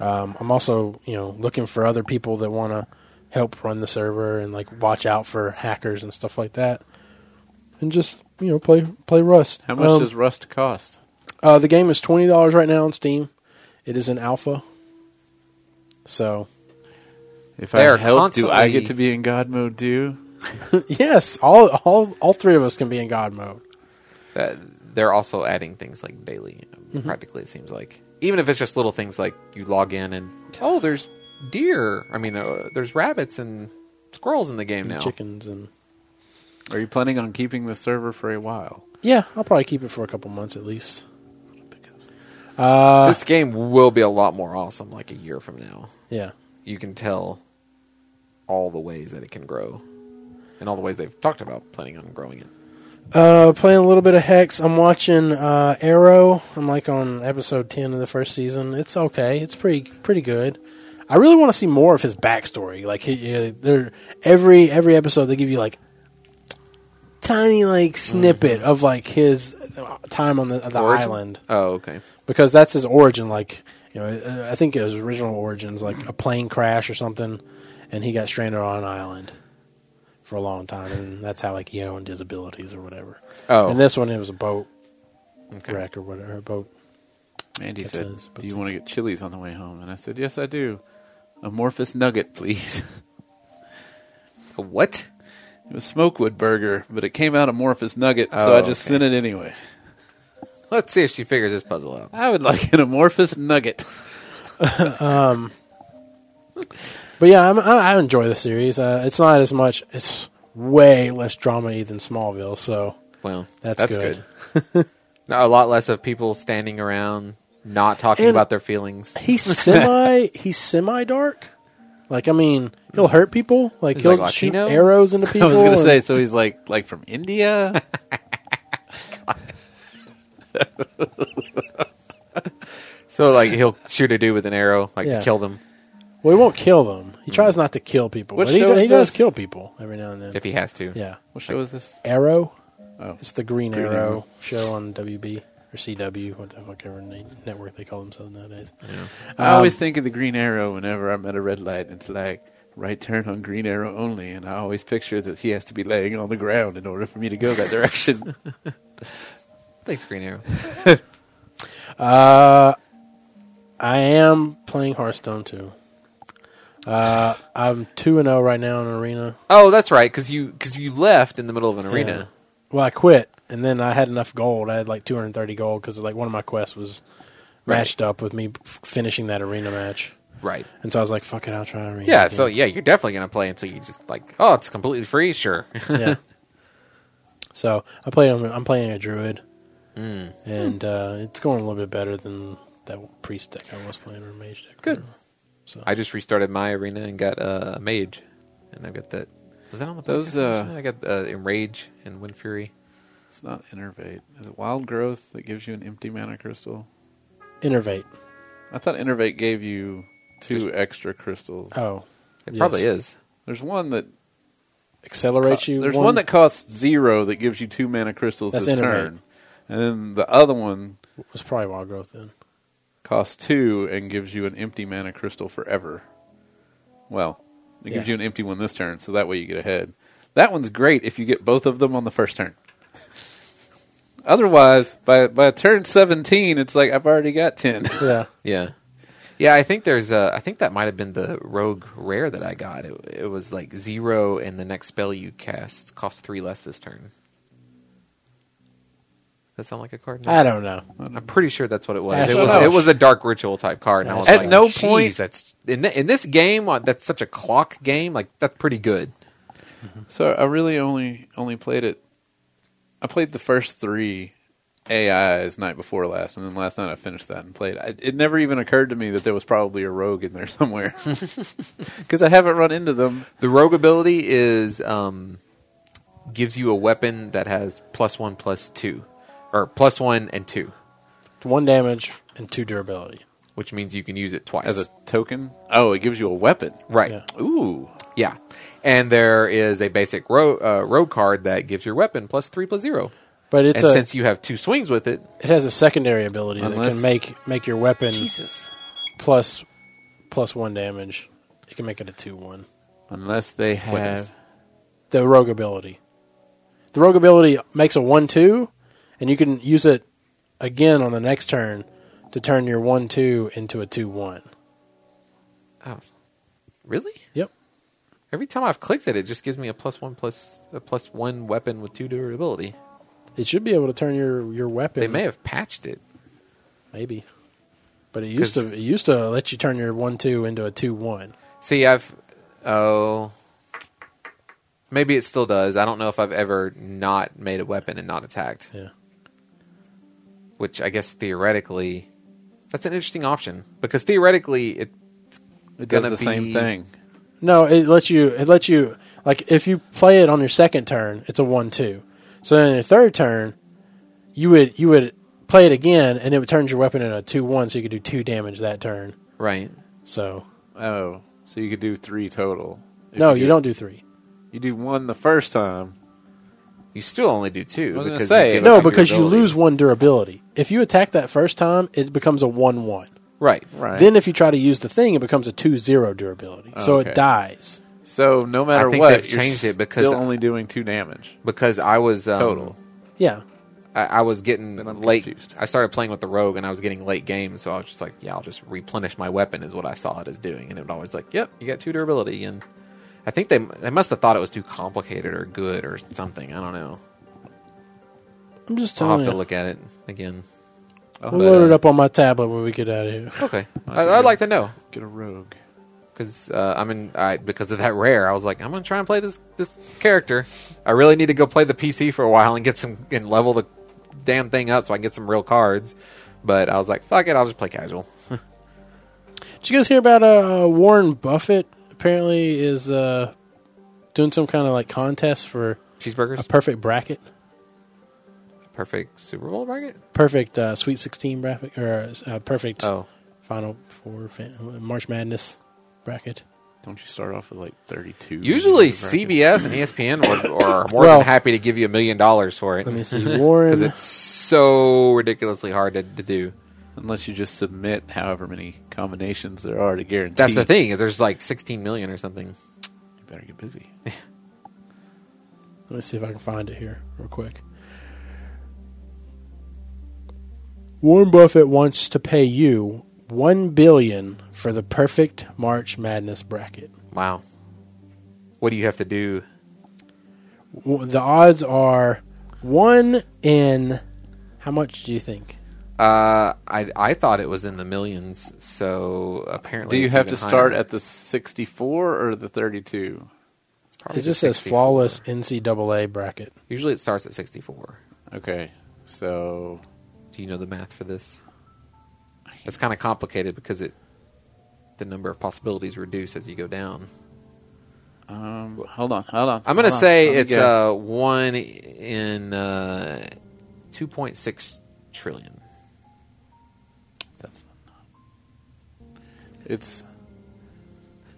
Um, I'm also you know looking for other people that want to help run the server and like watch out for hackers and stuff like that, and just you know play play Rust. How much Um, does Rust cost? uh, the game is twenty dollars right now on Steam. It is an alpha, so. If They I are help, do I constantly- get to be in God mode? Do Yes, all all all three of us can be in God mode. That Uh, they're also adding things like daily. Practically, it seems like even if it's just little things like you log in and oh, there's deer. I mean, uh, there's rabbits and squirrels in the game now. Chickens and Are you planning on keeping the server for a while? yeah, I'll probably keep it for a couple months at least. this game will be a lot more awesome like a year from now. Yeah, You can tell all the ways that it can grow and all the ways they've talked about planning on growing it. uh, playing a little bit of Hex. I'm watching uh, Arrow. I'm like on episode ten of the first season. It's okay. It's pretty pretty good. I really want to see more of his backstory. Like he, yeah, they're, every every episode, they give you like tiny like snippet of like his uh, time on the, the Origin? island. Oh, okay. because that's his origin. Like, you know, uh, I think his original origins like a plane crash or something, and he got stranded on an island for a long time, and that's how like he owned his abilities or whatever. Oh. and this one it was a boat Okay. wreck or whatever a boat. Andy That said, sounds- that "Do you sounds- want to get chilies on the way home?" And I said, "Yes, I do." Amorphous nugget, please. A What? it was smokewood burger, but it came out amorphous nugget, so Oh, I just okay. sent it anyway. Let's see if she figures this puzzle out. I would like an amorphous nugget. But yeah, I'm, I, I enjoy the series. Uh, it's not as much. It's way less drama-y than Smallville, so Well, that's, good. No, a lot less of people standing around not talking And- about their feelings. He's semi. he's semi dark. Like I mean, he'll hurt people. Like He's he'll like shoot Latino? arrows into people. I was going and- to say, so he's like, like from India. So, like, he'll shoot a dude with an arrow, like, Yeah. to kill them Well, he won't kill them. He tries not to kill people, Mm. What but he, show do- is he does this? kill people every now and then. if he has to. yeah, what show is this? Arrow. Oh. It's the Green, Green Arrow, Arrow. show on WB or CW, what the fuck ever na- network they call themselves nowadays. I always think of the Green Arrow whenever I'm at a red light. and It's like right turn on Green Arrow only, and I always picture that he has to be laying on the ground in order for me to go that direction. Thanks, Green Arrow. Uh, I am playing Hearthstone too. Uh, I'm two and zero right now in arena. Oh, that's right, because you, cause you left in the middle of an arena. Well, I quit, and then I had enough gold. I had like 230 gold because like one of my quests was matched up with me f- finishing that arena match, Right. and so I was like, "Fuck it, I'll try arena." Yeah, again. so yeah, you're definitely gonna play until you just like, oh, it's completely free. Sure, yeah. So I play. I'm, I'm playing a druid, Hmm. and uh, it's going a little bit better than that priest deck I was playing or mage deck. Good. whatever. I just restarted my arena and got uh, a mage, and I've got that. Was that on the podcast? Those, or uh, something? I got uh, enrage and wind fury. It's not innervate. Is it wild growth that gives you an empty mana crystal? Innervate. I thought innervate gave you two Just- extra crystals. Oh, It Yes. probably is. There's one that accelerate co- you. Uh, There's one, that costs zero that gives you two mana crystals That's this Innervate. turn, and then the other one was probably wild growth then. costs two and gives you an empty mana crystal forever. Well, it gives Yeah. you an empty one this turn, so that way you get ahead. That one's great if you get both of them on the first turn. Otherwise, by by turn seventeen, it's like I've already got ten. Yeah. Yeah. Yeah, I think there's. Uh, I think that might have been the rogue rare that I got. It, it was like zero, and the next spell you cast costs three less this turn. Does that sound like a card? I don't know. I'm pretty sure that's what it was. Ash It was, Touch. it was a dark ritual type card. And I was At like, no "Jeez, point- that's in, th- in this game. uh, That's such a clock game. Like that's pretty good. So I really only only played it. I played the first three AIs night before last, and then last night I finished that and played. I, it never even occurred to me that there was probably a rogue in there somewhere because I haven't run into them. The rogue ability is um, gives you a weapon that has plus one, plus two, or plus one and two, One damage and two durability. which means you can use it twice. as a token. Oh, it gives you a weapon. right. Yeah. Ooh, Yeah. And there is a basic ro- uh, rogue card that gives your weapon plus three plus zero. But it's and a since you have two swings with it, it has a secondary ability that Unless- can make make your weapon plus plus one damage. It can make it a two one. Unless they have Weapons. The rogue ability. The rogue ability makes a one two, and you can use it again on the next turn to turn your one two into a two one. oh, really? Yep. Every time I've clicked it, it just gives me a plus one plus a plus one weapon with two durability. It should be able to turn your your weapon. They may have patched it. maybe. But it used to 'Cause- it used to let you turn your one two into a two one. See, I've oh, maybe it still does. I don't know if I've ever not made a weapon and not attacked. Yeah. Which I guess theoretically, that's an interesting option because theoretically it it does gonna the be- same thing. No, it lets you. It lets you like if you play it on your second turn, it's a one-two. So then your third turn, you would you would play it again, and it would turn your weapon into a two-one, so you could do two damage that turn. right. So Oh, so you could do three total. If no, you do- don't do three. You do one the first time. You still only do two I was gonna because say- you give No, up your because you ability. lose one durability. If you attack that first time, it becomes a one-one. Right. Right. Then if you try to use the thing, it becomes a two-zero durability. so okay. it dies. so no matter I think what, they've you're changed it because still I- only doing two damage Because I was um, total. Yeah. I, I was getting Then I'm late. confused. I started playing with the rogue, and I was getting late game, so I was just like, "Yeah, I'll just replenish my weapon," is what I saw it as doing, and it would always like, "Yep, you got two durability." And I think they they must have thought it was too complicated or good or something. I don't know. I'm just I'll telling have to you. look at it again. I'll We'll but, load uh, it up on my tablet when we get out of here. Okay, I, I'd like to know Get a rogue. because uh, I'm in I, because of that rare. I was like, I'm gonna try and play this this character. I really need to go play the PC for a while and get some and level the damn thing up so I can get some real cards. But I was like, fuck it, I'll just play casual. Did you guys hear about uh, Warren Buffett? Apparently, is uh, doing some kind of like contest for Cheeseburgers. a perfect bracket, perfect Super Bowl bracket? perfect uh, Sweet Sixteen bracket, or uh, perfect Oh, Final Four fin- March Madness bracket. Don't you start off with like thirty-two? usually in the bracket? CBS and E ESPN would, are more Well- than happy to give you a million dollars for it Let me because see, Warren. it's so ridiculously hard to, to do. unless you just submit however many combinations there are to guarantee. That's the thing. is There's like 16 million or something. You better get busy. Let me see if I can find it here real quick. Warren Buffett wants to pay you one billion for the perfect March Madness bracket. Wow. What do you have to do? W- The odds are one in how much do you think? Uh, I I thought it was in the millions. So apparently, Do you it's have even to start higher. at the 64 or the 32? Probably Is this just says 64. flawless NCAA bracket? Usually it starts at 64. Okay, so Do you know the math for this? It's kind of complicated because it the number of possibilities reduce as you go down. um, hold on, hold on. I'm going to hold on. say Let me it's guess. uh, 1 in uh, 2.6 trillion. That's it's.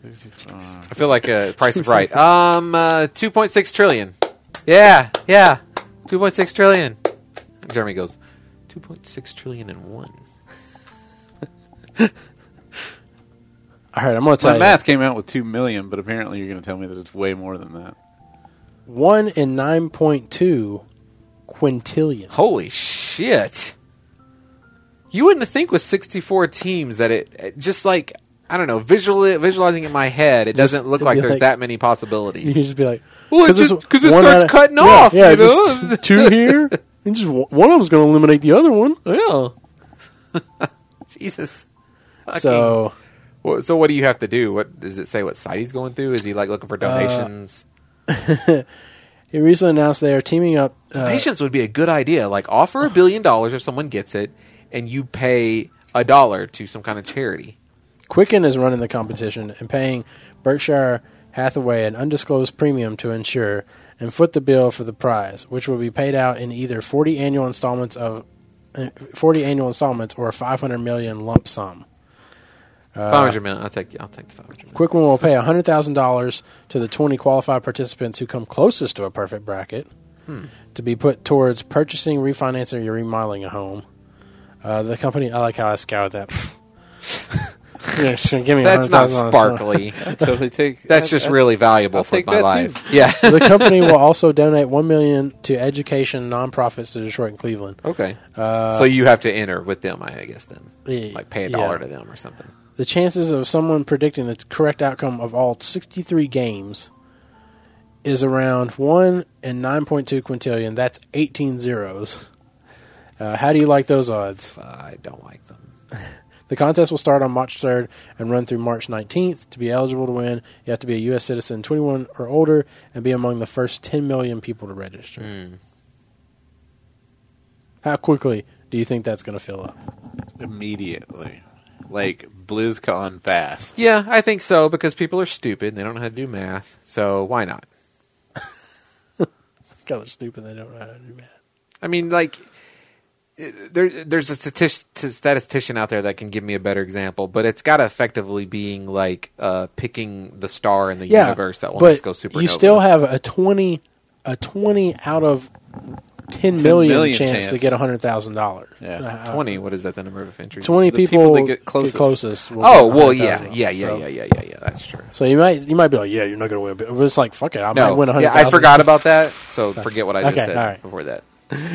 Uh, I feel like uh, price is right. Um, uh, 2.6 trillion. Yeah, yeah. 2.6 trillion. Jeremy goes, 2.6 trillion and one. All right, I'm going to tell my you. math came out with two million, but apparently you're going to tell me that it's way more than that. One in 9.2 quintillion. Holy shit. You wouldn't think with 64 teams that it, it just like, I don't know, visually, visualizing it in my head, it doesn't look it'd like be there's like- that many You possibilities. can just be like, Well, it it's just- 'cause it starts cutting yeah, off, Yeah, you just know? two here. And just one, one of them's going to eliminate the other one. Yeah. Jesus. Fucking- So Wha- So what do you have to do? What does it say? What site he's going through? Is he like looking for donations? he recently announced they are teaming up. Uh, donations would be a good idea. Like offer a billion dollars if someone gets it, and you pay a dollar to some kind of charity. Quicken is running the competition and paying Berkshire Hathaway an undisclosed premium to insure and foot the bill for the prize, which will be paid out in either 40 annual installments of uh, 40 annual installments or a 500 million lump sum. Five hundred million. I'll take. I'll take the five hundred. Quicken will pay $100,000 to the 20 qualified participants who come closest to a perfect bracket Hmm. to be put towards purchasing, refinancing, or remodeling a home. Uh, the company, I like how I scoured that. yeah, sure, give me That's not $100,000. sparkly. So they take That's just really valuable I'll for take my that, life. Yeah. the company will also donate one million to education nonprofits to Detroit and Cleveland. okay. so you have to enter with them, I guess. Then, Yeah, like, pay a yeah. dollar to them or something. The chances of someone predicting the correct outcome of all 63 games is around one in 9.2 quintillion. That's 18 zeros. Uh, how do you like those odds? I don't like them. The contest will start on March 3rd and run through March 19th. To be eligible to win, you have to be a U.S. citizen, 21 or older, and be among the first 10 million people to register. How quickly do you think that's going to fill up? Immediately, like BlizzCon fast. Yeah, I think so because people are stupid. and They don't know how to do math. So why not? God, they're stupid. They don't know how to do math. I mean, like it- there, there's a statis- t- statistician out there that can give me a better example, but it's got to effectively being like uh, picking the star in the Yeah, universe that will but go supernova. you still have a twenty, a twenty out of 10 million, million chance, chance. to get hundred thousand dollars. Uh, Yeah. twenty. What is that? The number of entries? Twenty The people people, that get closest. will Oh get well, yeah, $100,000. yeah, yeah, So- yeah, yeah, yeah, yeah. That's true. So you might you might be like, yeah, you're not gonna win, but it's like, fuck it, I might No, win hundred. yeah, I forgot about that. So forget what I just Okay, said all right. before that.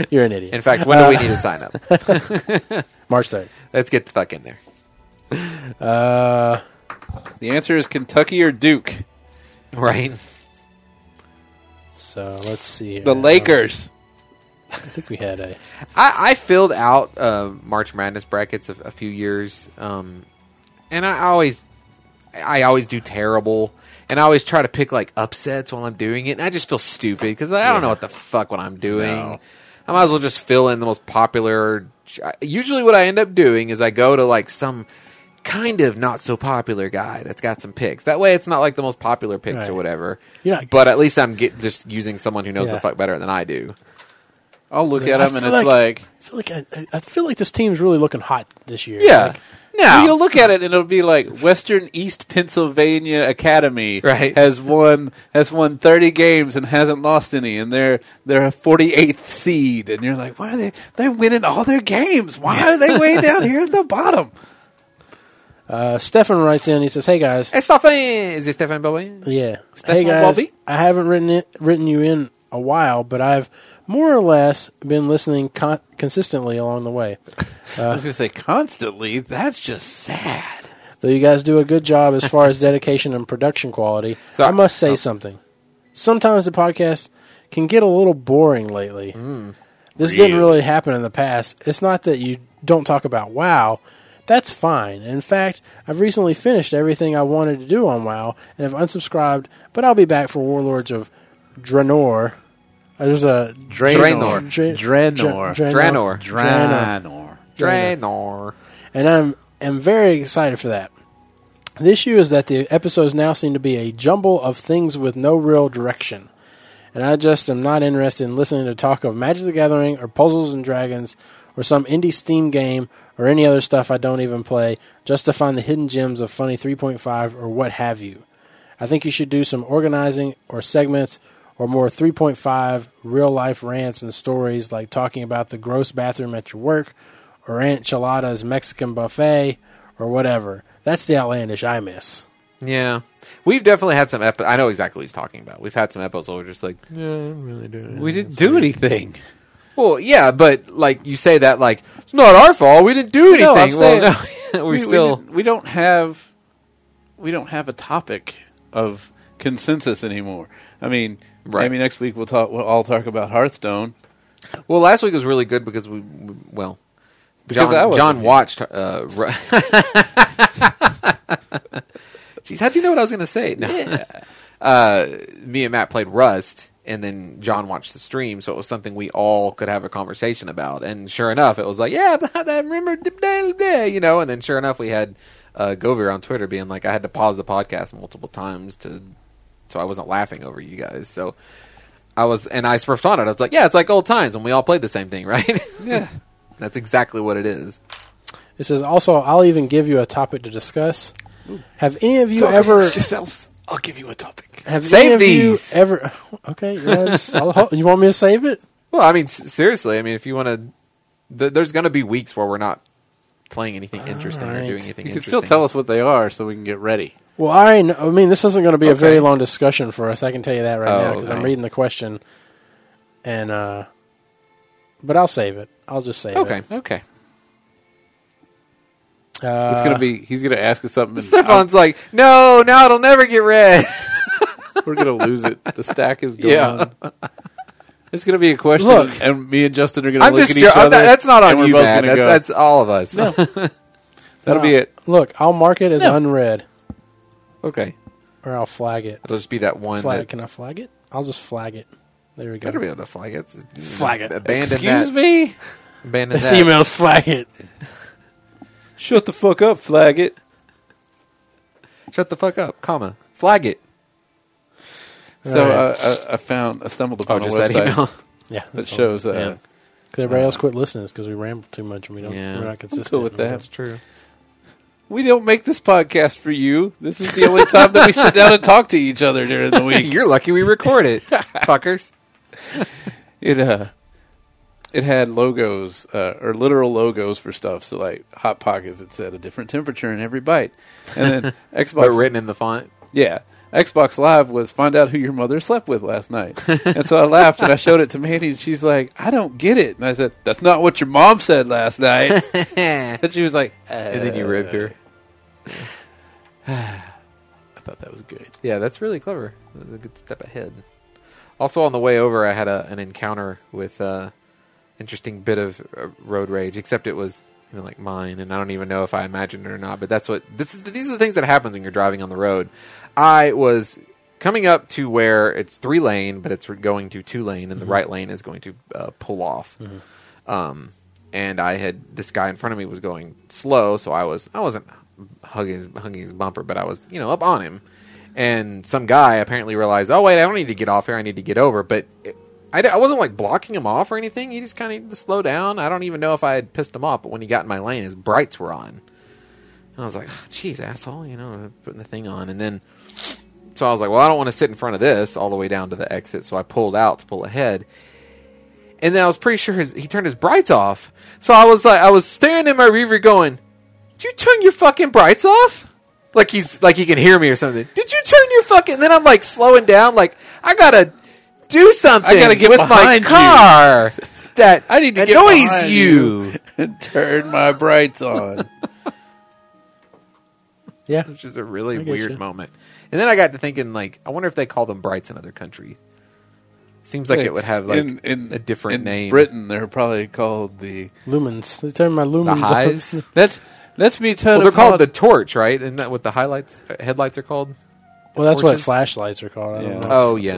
You're an idiot. Uh, In fact, when do we need to sign up? March third. Let's get the fuck in there. Uh, The answer is Kentucky or Duke. Right? so let's see. Here. The Lakers. I think we had a. I, I filled out uh, March Madness brackets a, a few years, um, and I always, I always do terrible, and I always try to pick like upsets while I'm doing it, and I just feel stupid because I don't know what the fuck what I'm doing. No. I might as well just fill in the most popular. Usually, what I end up doing is I go to like some kind of not so popular guy that's got some picks. That way, it's not like the most popular picks Right. or whatever. You're not- but at least I'm get, just using someone who knows Yeah. the fuck better than I do. I'll look at I them and feel it's like, like- I feel like I, I- I feel like this team's really looking hot this year. Yeah. Like, now you'll look at it and it'll be like Western East Pennsylvania Academy Right. has won has won thirty games and hasn't lost any, and they're they're a forty eighth seed, and you're like, why are they they're winning all their games? Why are they way down here at the bottom? uh, Stefan writes in. He says, "Hey guys, Hey, Stefan, is it Stefan Bowie? Yeah. Stefan hey guys, Bobby? I haven't written it, written you in a while, but I've more or less been listening con- consistently along the way. I was gonna say constantly. That's just sad. Though you guys do a good job as far as dedication and production quality, So- I must say oh. something. Sometimes the podcast can get a little boring lately. Mm, This didn't really happen in the past. It's not that you don't talk about WoW. That's fine. In fact, I've recently finished everything I wanted to do on WoW and have unsubscribed, but I'll be back for Warlords of Draenor. Uh, There's a Draenor. Dra- Draenor. Dra- Draenor. Draenor. Draenor. Draenor. And I'm am very excited for that. The issue is that the episodes now seem to be a jumble of things with no real direction. And I just am not interested in listening to talk of Magic the Gathering or Puzzles and Dragons or some indie Steam game or any other stuff I don't even play just to find the hidden gems of Funny 3.5 or what have you. I think you should do some organizing or segments or more 3.5 real life rants and stories like talking about the gross bathroom at your work or Aunt Chilada's Mexican buffet or whatever. That's the outlandish I miss. Yeah. We've definitely had some episodes. I know exactly what he's talking about. We've had some episodes where we're just like, yeah, I'm really doing We didn't do anything. Well, yeah, but like you say that like it's not our fault. We didn't do anything. No, I'm saying- well, no, we're we, we, still didn't- we don't have we don't have a topic of consensus anymore. I mean, Right. maybe next week we'll talk. We'll all talk about Hearthstone. Well, last week was really good because we, we well, Because I wasn't John, John here. watched. Uh, ru- Jeez, how'd you know what I was going to say? No. uh, me and Matt played Rust, and then John watched the stream, so it was something we all could have a conversation about. And sure enough, it was like, yeah, but I remember, da- da- da," you know. And then sure enough, we had uh, Govir on Twitter being like, I had to pause the podcast multiple times to so I wasn't laughing over you guys. So. I was, and I responded. I was like, "Yeah, it's like old times when we all played the same thing, right?" Yeah, that's exactly what it is. It says also, I'll even give you a topic to discuss. Have any of you ever I'll give you a topic. have any Save of these. you ever? Okay, yeah, just- I'll ho- you want me to save it? Well, I mean, s- seriously, I mean, if you want to, th- there's going to be weeks where we're not playing anything interesting or right. doing anything. You can interesting. still tell us what they are, so we can get ready. Well, I already know, I mean, this isn't going to be a Okay. very long discussion for us. I can tell you that right Oh, now now because I'm okay. reading the question, and uh, but I'll save it. I'll just save Okay, it. okay. Uh, It's gonna be. He's gonna ask us something. and Stefan's like, "No, now it'll never get read." I'm- we're gonna lose it. The stack is gone. Yeah. It's gonna be a question, Look. and me and Justin are gonna I'm look just at each jo- other. I'm not- that's not and on we're you, both man. gonna That's, go, that's all of us. That'll be it. Look, I'll mark it as unread, okay, or I'll flag it. it'll just be that one. Flag? that, Can I flag it? I'll just flag it. There we go. better be able to flag it. It's- Flag it. Abandon Excuse that. me. Abandon This that. email's flag it. Shut the fuck up, flag it. Shut the fuck up, comma. Flag it. So Right. uh, I, I found, I stumbled Oh, upon a just that website that, email. Oh, Yeah, that's all. shows. Uh, Yeah. 'Cause everybody else quit listening because we ramble too much and we don't. Yeah. We're not consistent. with with that. it. true. We don't make this podcast for you. This is the only time that we sit down and talk to each other during the week. You're lucky we record it, fuckers. It uh, it had logos uh, or literal logos for stuff. So like hot pockets, it said a different temperature in every bite, and then But Xbox written in the font. Yeah. Xbox Live was find out who your mother slept with last night. and so I laughed and I showed it to Mandy and she's like, I don't get it. And I said, That's not what your mom said last night. and and she was like, uh, then you ribbed her. I thought that was good. Yeah, that's really clever. That was a good step ahead. Also, on the way over, I had a, an encounter with uh, interesting bit of uh, road rage. Except it was you know, like mine, and I don't even know if I imagined it or not. But that's what this is. These are the things that happens when you're driving on the road. I was coming up to where it's three lane, but it's going to two lane, and the right lane is going to uh, pull off. um, and I had this guy in front of me was going slow, so I was I wasn't hugging his, hugging his bumper, but I was you know up on him, and some guy apparently realized, oh wait, I don't need to get off here, I need to get over, but. It, I, d- I wasn't like blocking him off or anything. He just kind of needed to slow down. I don't even know if I had pissed him off, but when he got in my lane, his brights were on. And I was like, "Ah, "Jeez, asshole!" You know, putting the thing on, and then so I was like, "Well, I don't want to sit in front of this all the way down to the exit." So I pulled out to pull ahead, and then I was pretty sure his, he turned his brights off. So I was like, I was staring at my rearview, going, "Did you turn your fucking brights off?" Like he's like he can hear me or something. Did you turn your fucking? And then I'm like slowing down, like I gotta do something. I gotta get with my behind you. car. That I need to get annoys behind you. you. And turn my brights on. Yeah. which is a really get weird you. moment. And then I got to thinking, like, I wonder if they call them brights in other countries. Seems like it would have like in, in, a different in name. Britain, they're probably called the Lumens. They turned my lumens. the on. highs. That's Let's be Well, total. they're called the torch, right? Isn't that what the highlights uh, headlights are called? Well, that's what Torches? flashlights are called. I don't Yeah. know. Oh yeah,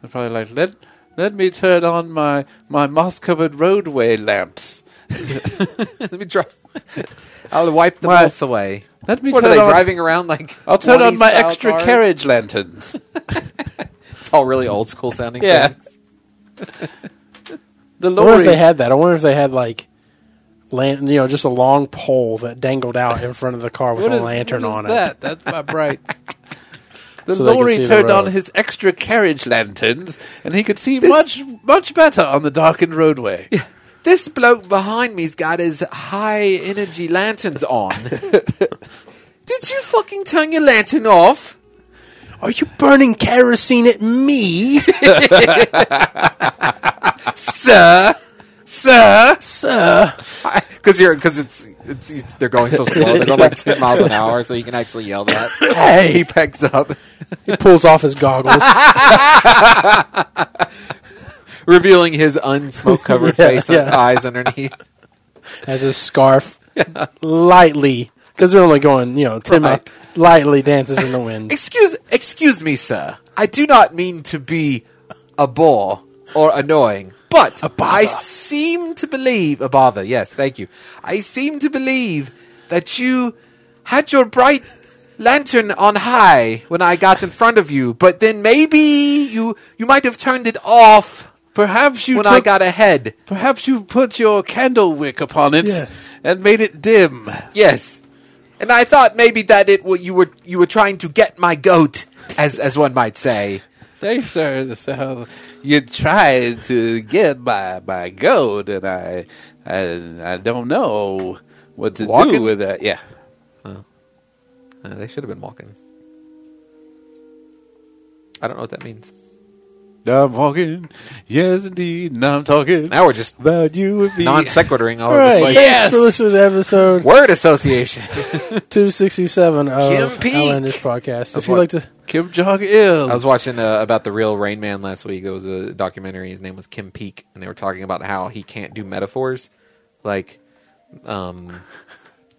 They're probably like let let me turn on my my moss covered roadway lamps. let me try. I'll wipe the Why- most away. Let me What are turn they on. driving around like? I'll turn 20 on my style extra cars? carriage lanterns. It's all really old school sounding. Yeah. things. The I wonder if lorry. they had that. I wonder if they had like, lan- you know, just a long pole that dangled out in front of the car with What a is- lantern what is on it. that? That's my bright. The So they can lorry see the turned on road. his extra carriage lanterns, and he could see much much better on the darkened roadway. This bloke behind me's got his high energy lanterns on. Did you fucking turn your lantern off? Are you burning kerosene at me, sir, sir, sir? because you're because it's, it's it's they're going so slow they're going like ten miles an hour, so you can actually yell that. Hey, Packs up, he pulls off his goggles. revealing his unsmoke covered Yeah, face and yeah. eyes underneath. has his scarf lightly because they're only going you know ten Right. miles lightly dances in the wind Excuse, excuse me, sir. I do not mean to be a bore or annoying, but I seem to believe a bother. Yes, thank you. I seem to believe that you had your bright lantern on high when I got in front of you, but then maybe you you might have turned it off Perhaps you when took, I got ahead. Perhaps you put your candle wick upon it Yeah. and made it dim. Yes. And I thought maybe that it wa you were you were trying to get my goat, as as one might say. They started so you tried to get my my goat, and I I, I don't know what to do Walking? with that. Yeah, Uh, they should have been walking. I don't know what that means. I'm walking. Yes, indeed, and I'm talking Now we're just about you and me. non sequituring all over the Alright, place. Yes! thanks for listening to episode Word association. 267 Kim of Peek. Outlandish Podcast. Of If you'd what? like to, Kim Jong Il. I was watching uh, about the real Rain Man last week. There was a documentary. His name was Kim Peek, and they were talking about how he can't do metaphors, like, um,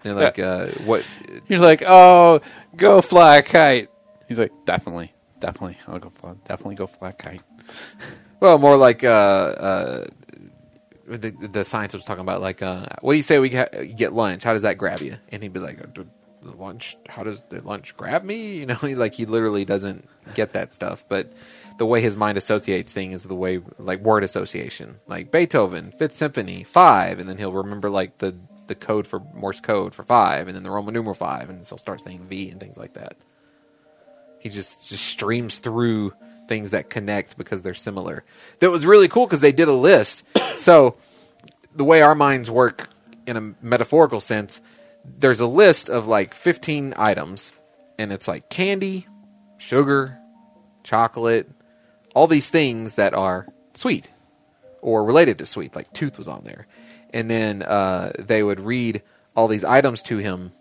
you know, like uh, what? He's like, oh, go fly a kite. He's like, definitely, definitely, I'll go fly. Definitely go fly a kite. Well, more like uh, uh, the the science was talking about, like, uh, what do you say we ha- get lunch? How does that grab you? And he'd be like, "The- the lunch. How does the lunch grab me? You know, he, like he literally doesn't get that stuff, but. The way his mind associates things is the way, like word association, like Beethoven, Fifth Symphony, five, and then he'll remember like the the code for Morse code for five, and then the Roman numeral five, and so he'll start saying V and things like that. He just just streams through things that connect because they're similar. That was really cool because they did a list. so the way our minds work in a metaphorical sense, there's a list of like 15 items, and it's like candy, sugar, chocolate, all these things that are sweet or related to sweet, like tooth was on there. And then uh, they would read all these items to him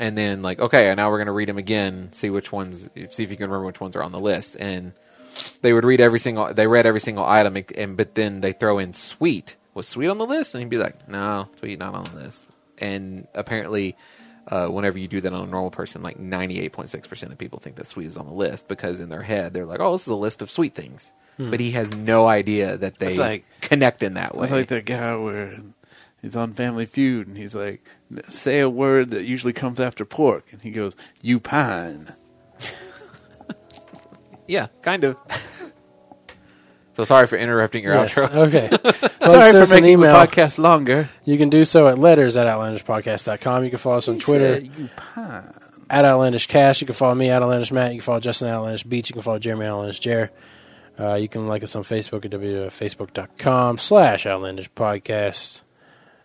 and then like okay now we're going to read them again see which ones see if you can remember which ones are on the list and they would read every single they read every single item ex- and but then they throw in sweet was sweet on the list and he'd be like no sweet not on the list and apparently uh, whenever you do that on a normal person like 98.6% of people think that sweet is on the list because in their head they're like oh this is a list of sweet things but he has no idea that they It's Hmm. like- connect in that way It's like that guy where he's on Family Feud and he's like, say a word that usually comes after pork. And he goes, you pine. yeah kind of so sorry for interrupting your yes, outro okay. Sorry Sorry send for us an making email. the podcast longer. You can do so at letters at outlandishpodcast.com. You can follow us on Twitter Said you pine. at Outlandish Cash. You can follow me, Outlandish Matt. You can follow Justin Outlandish Beach. You can follow Jeremy Outlandish Jer. Uh, you can like us on Facebook at www.facebook.com slash Outlandish Podcast.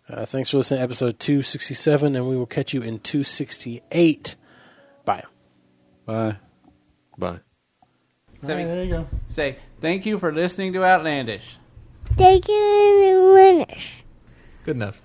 Uh, thanks for listening to episode 267, and we will catch you in 268. Bye. Bye. bye there you go. Say, thank you for listening to Outlandish. Thank you, Linus. good enough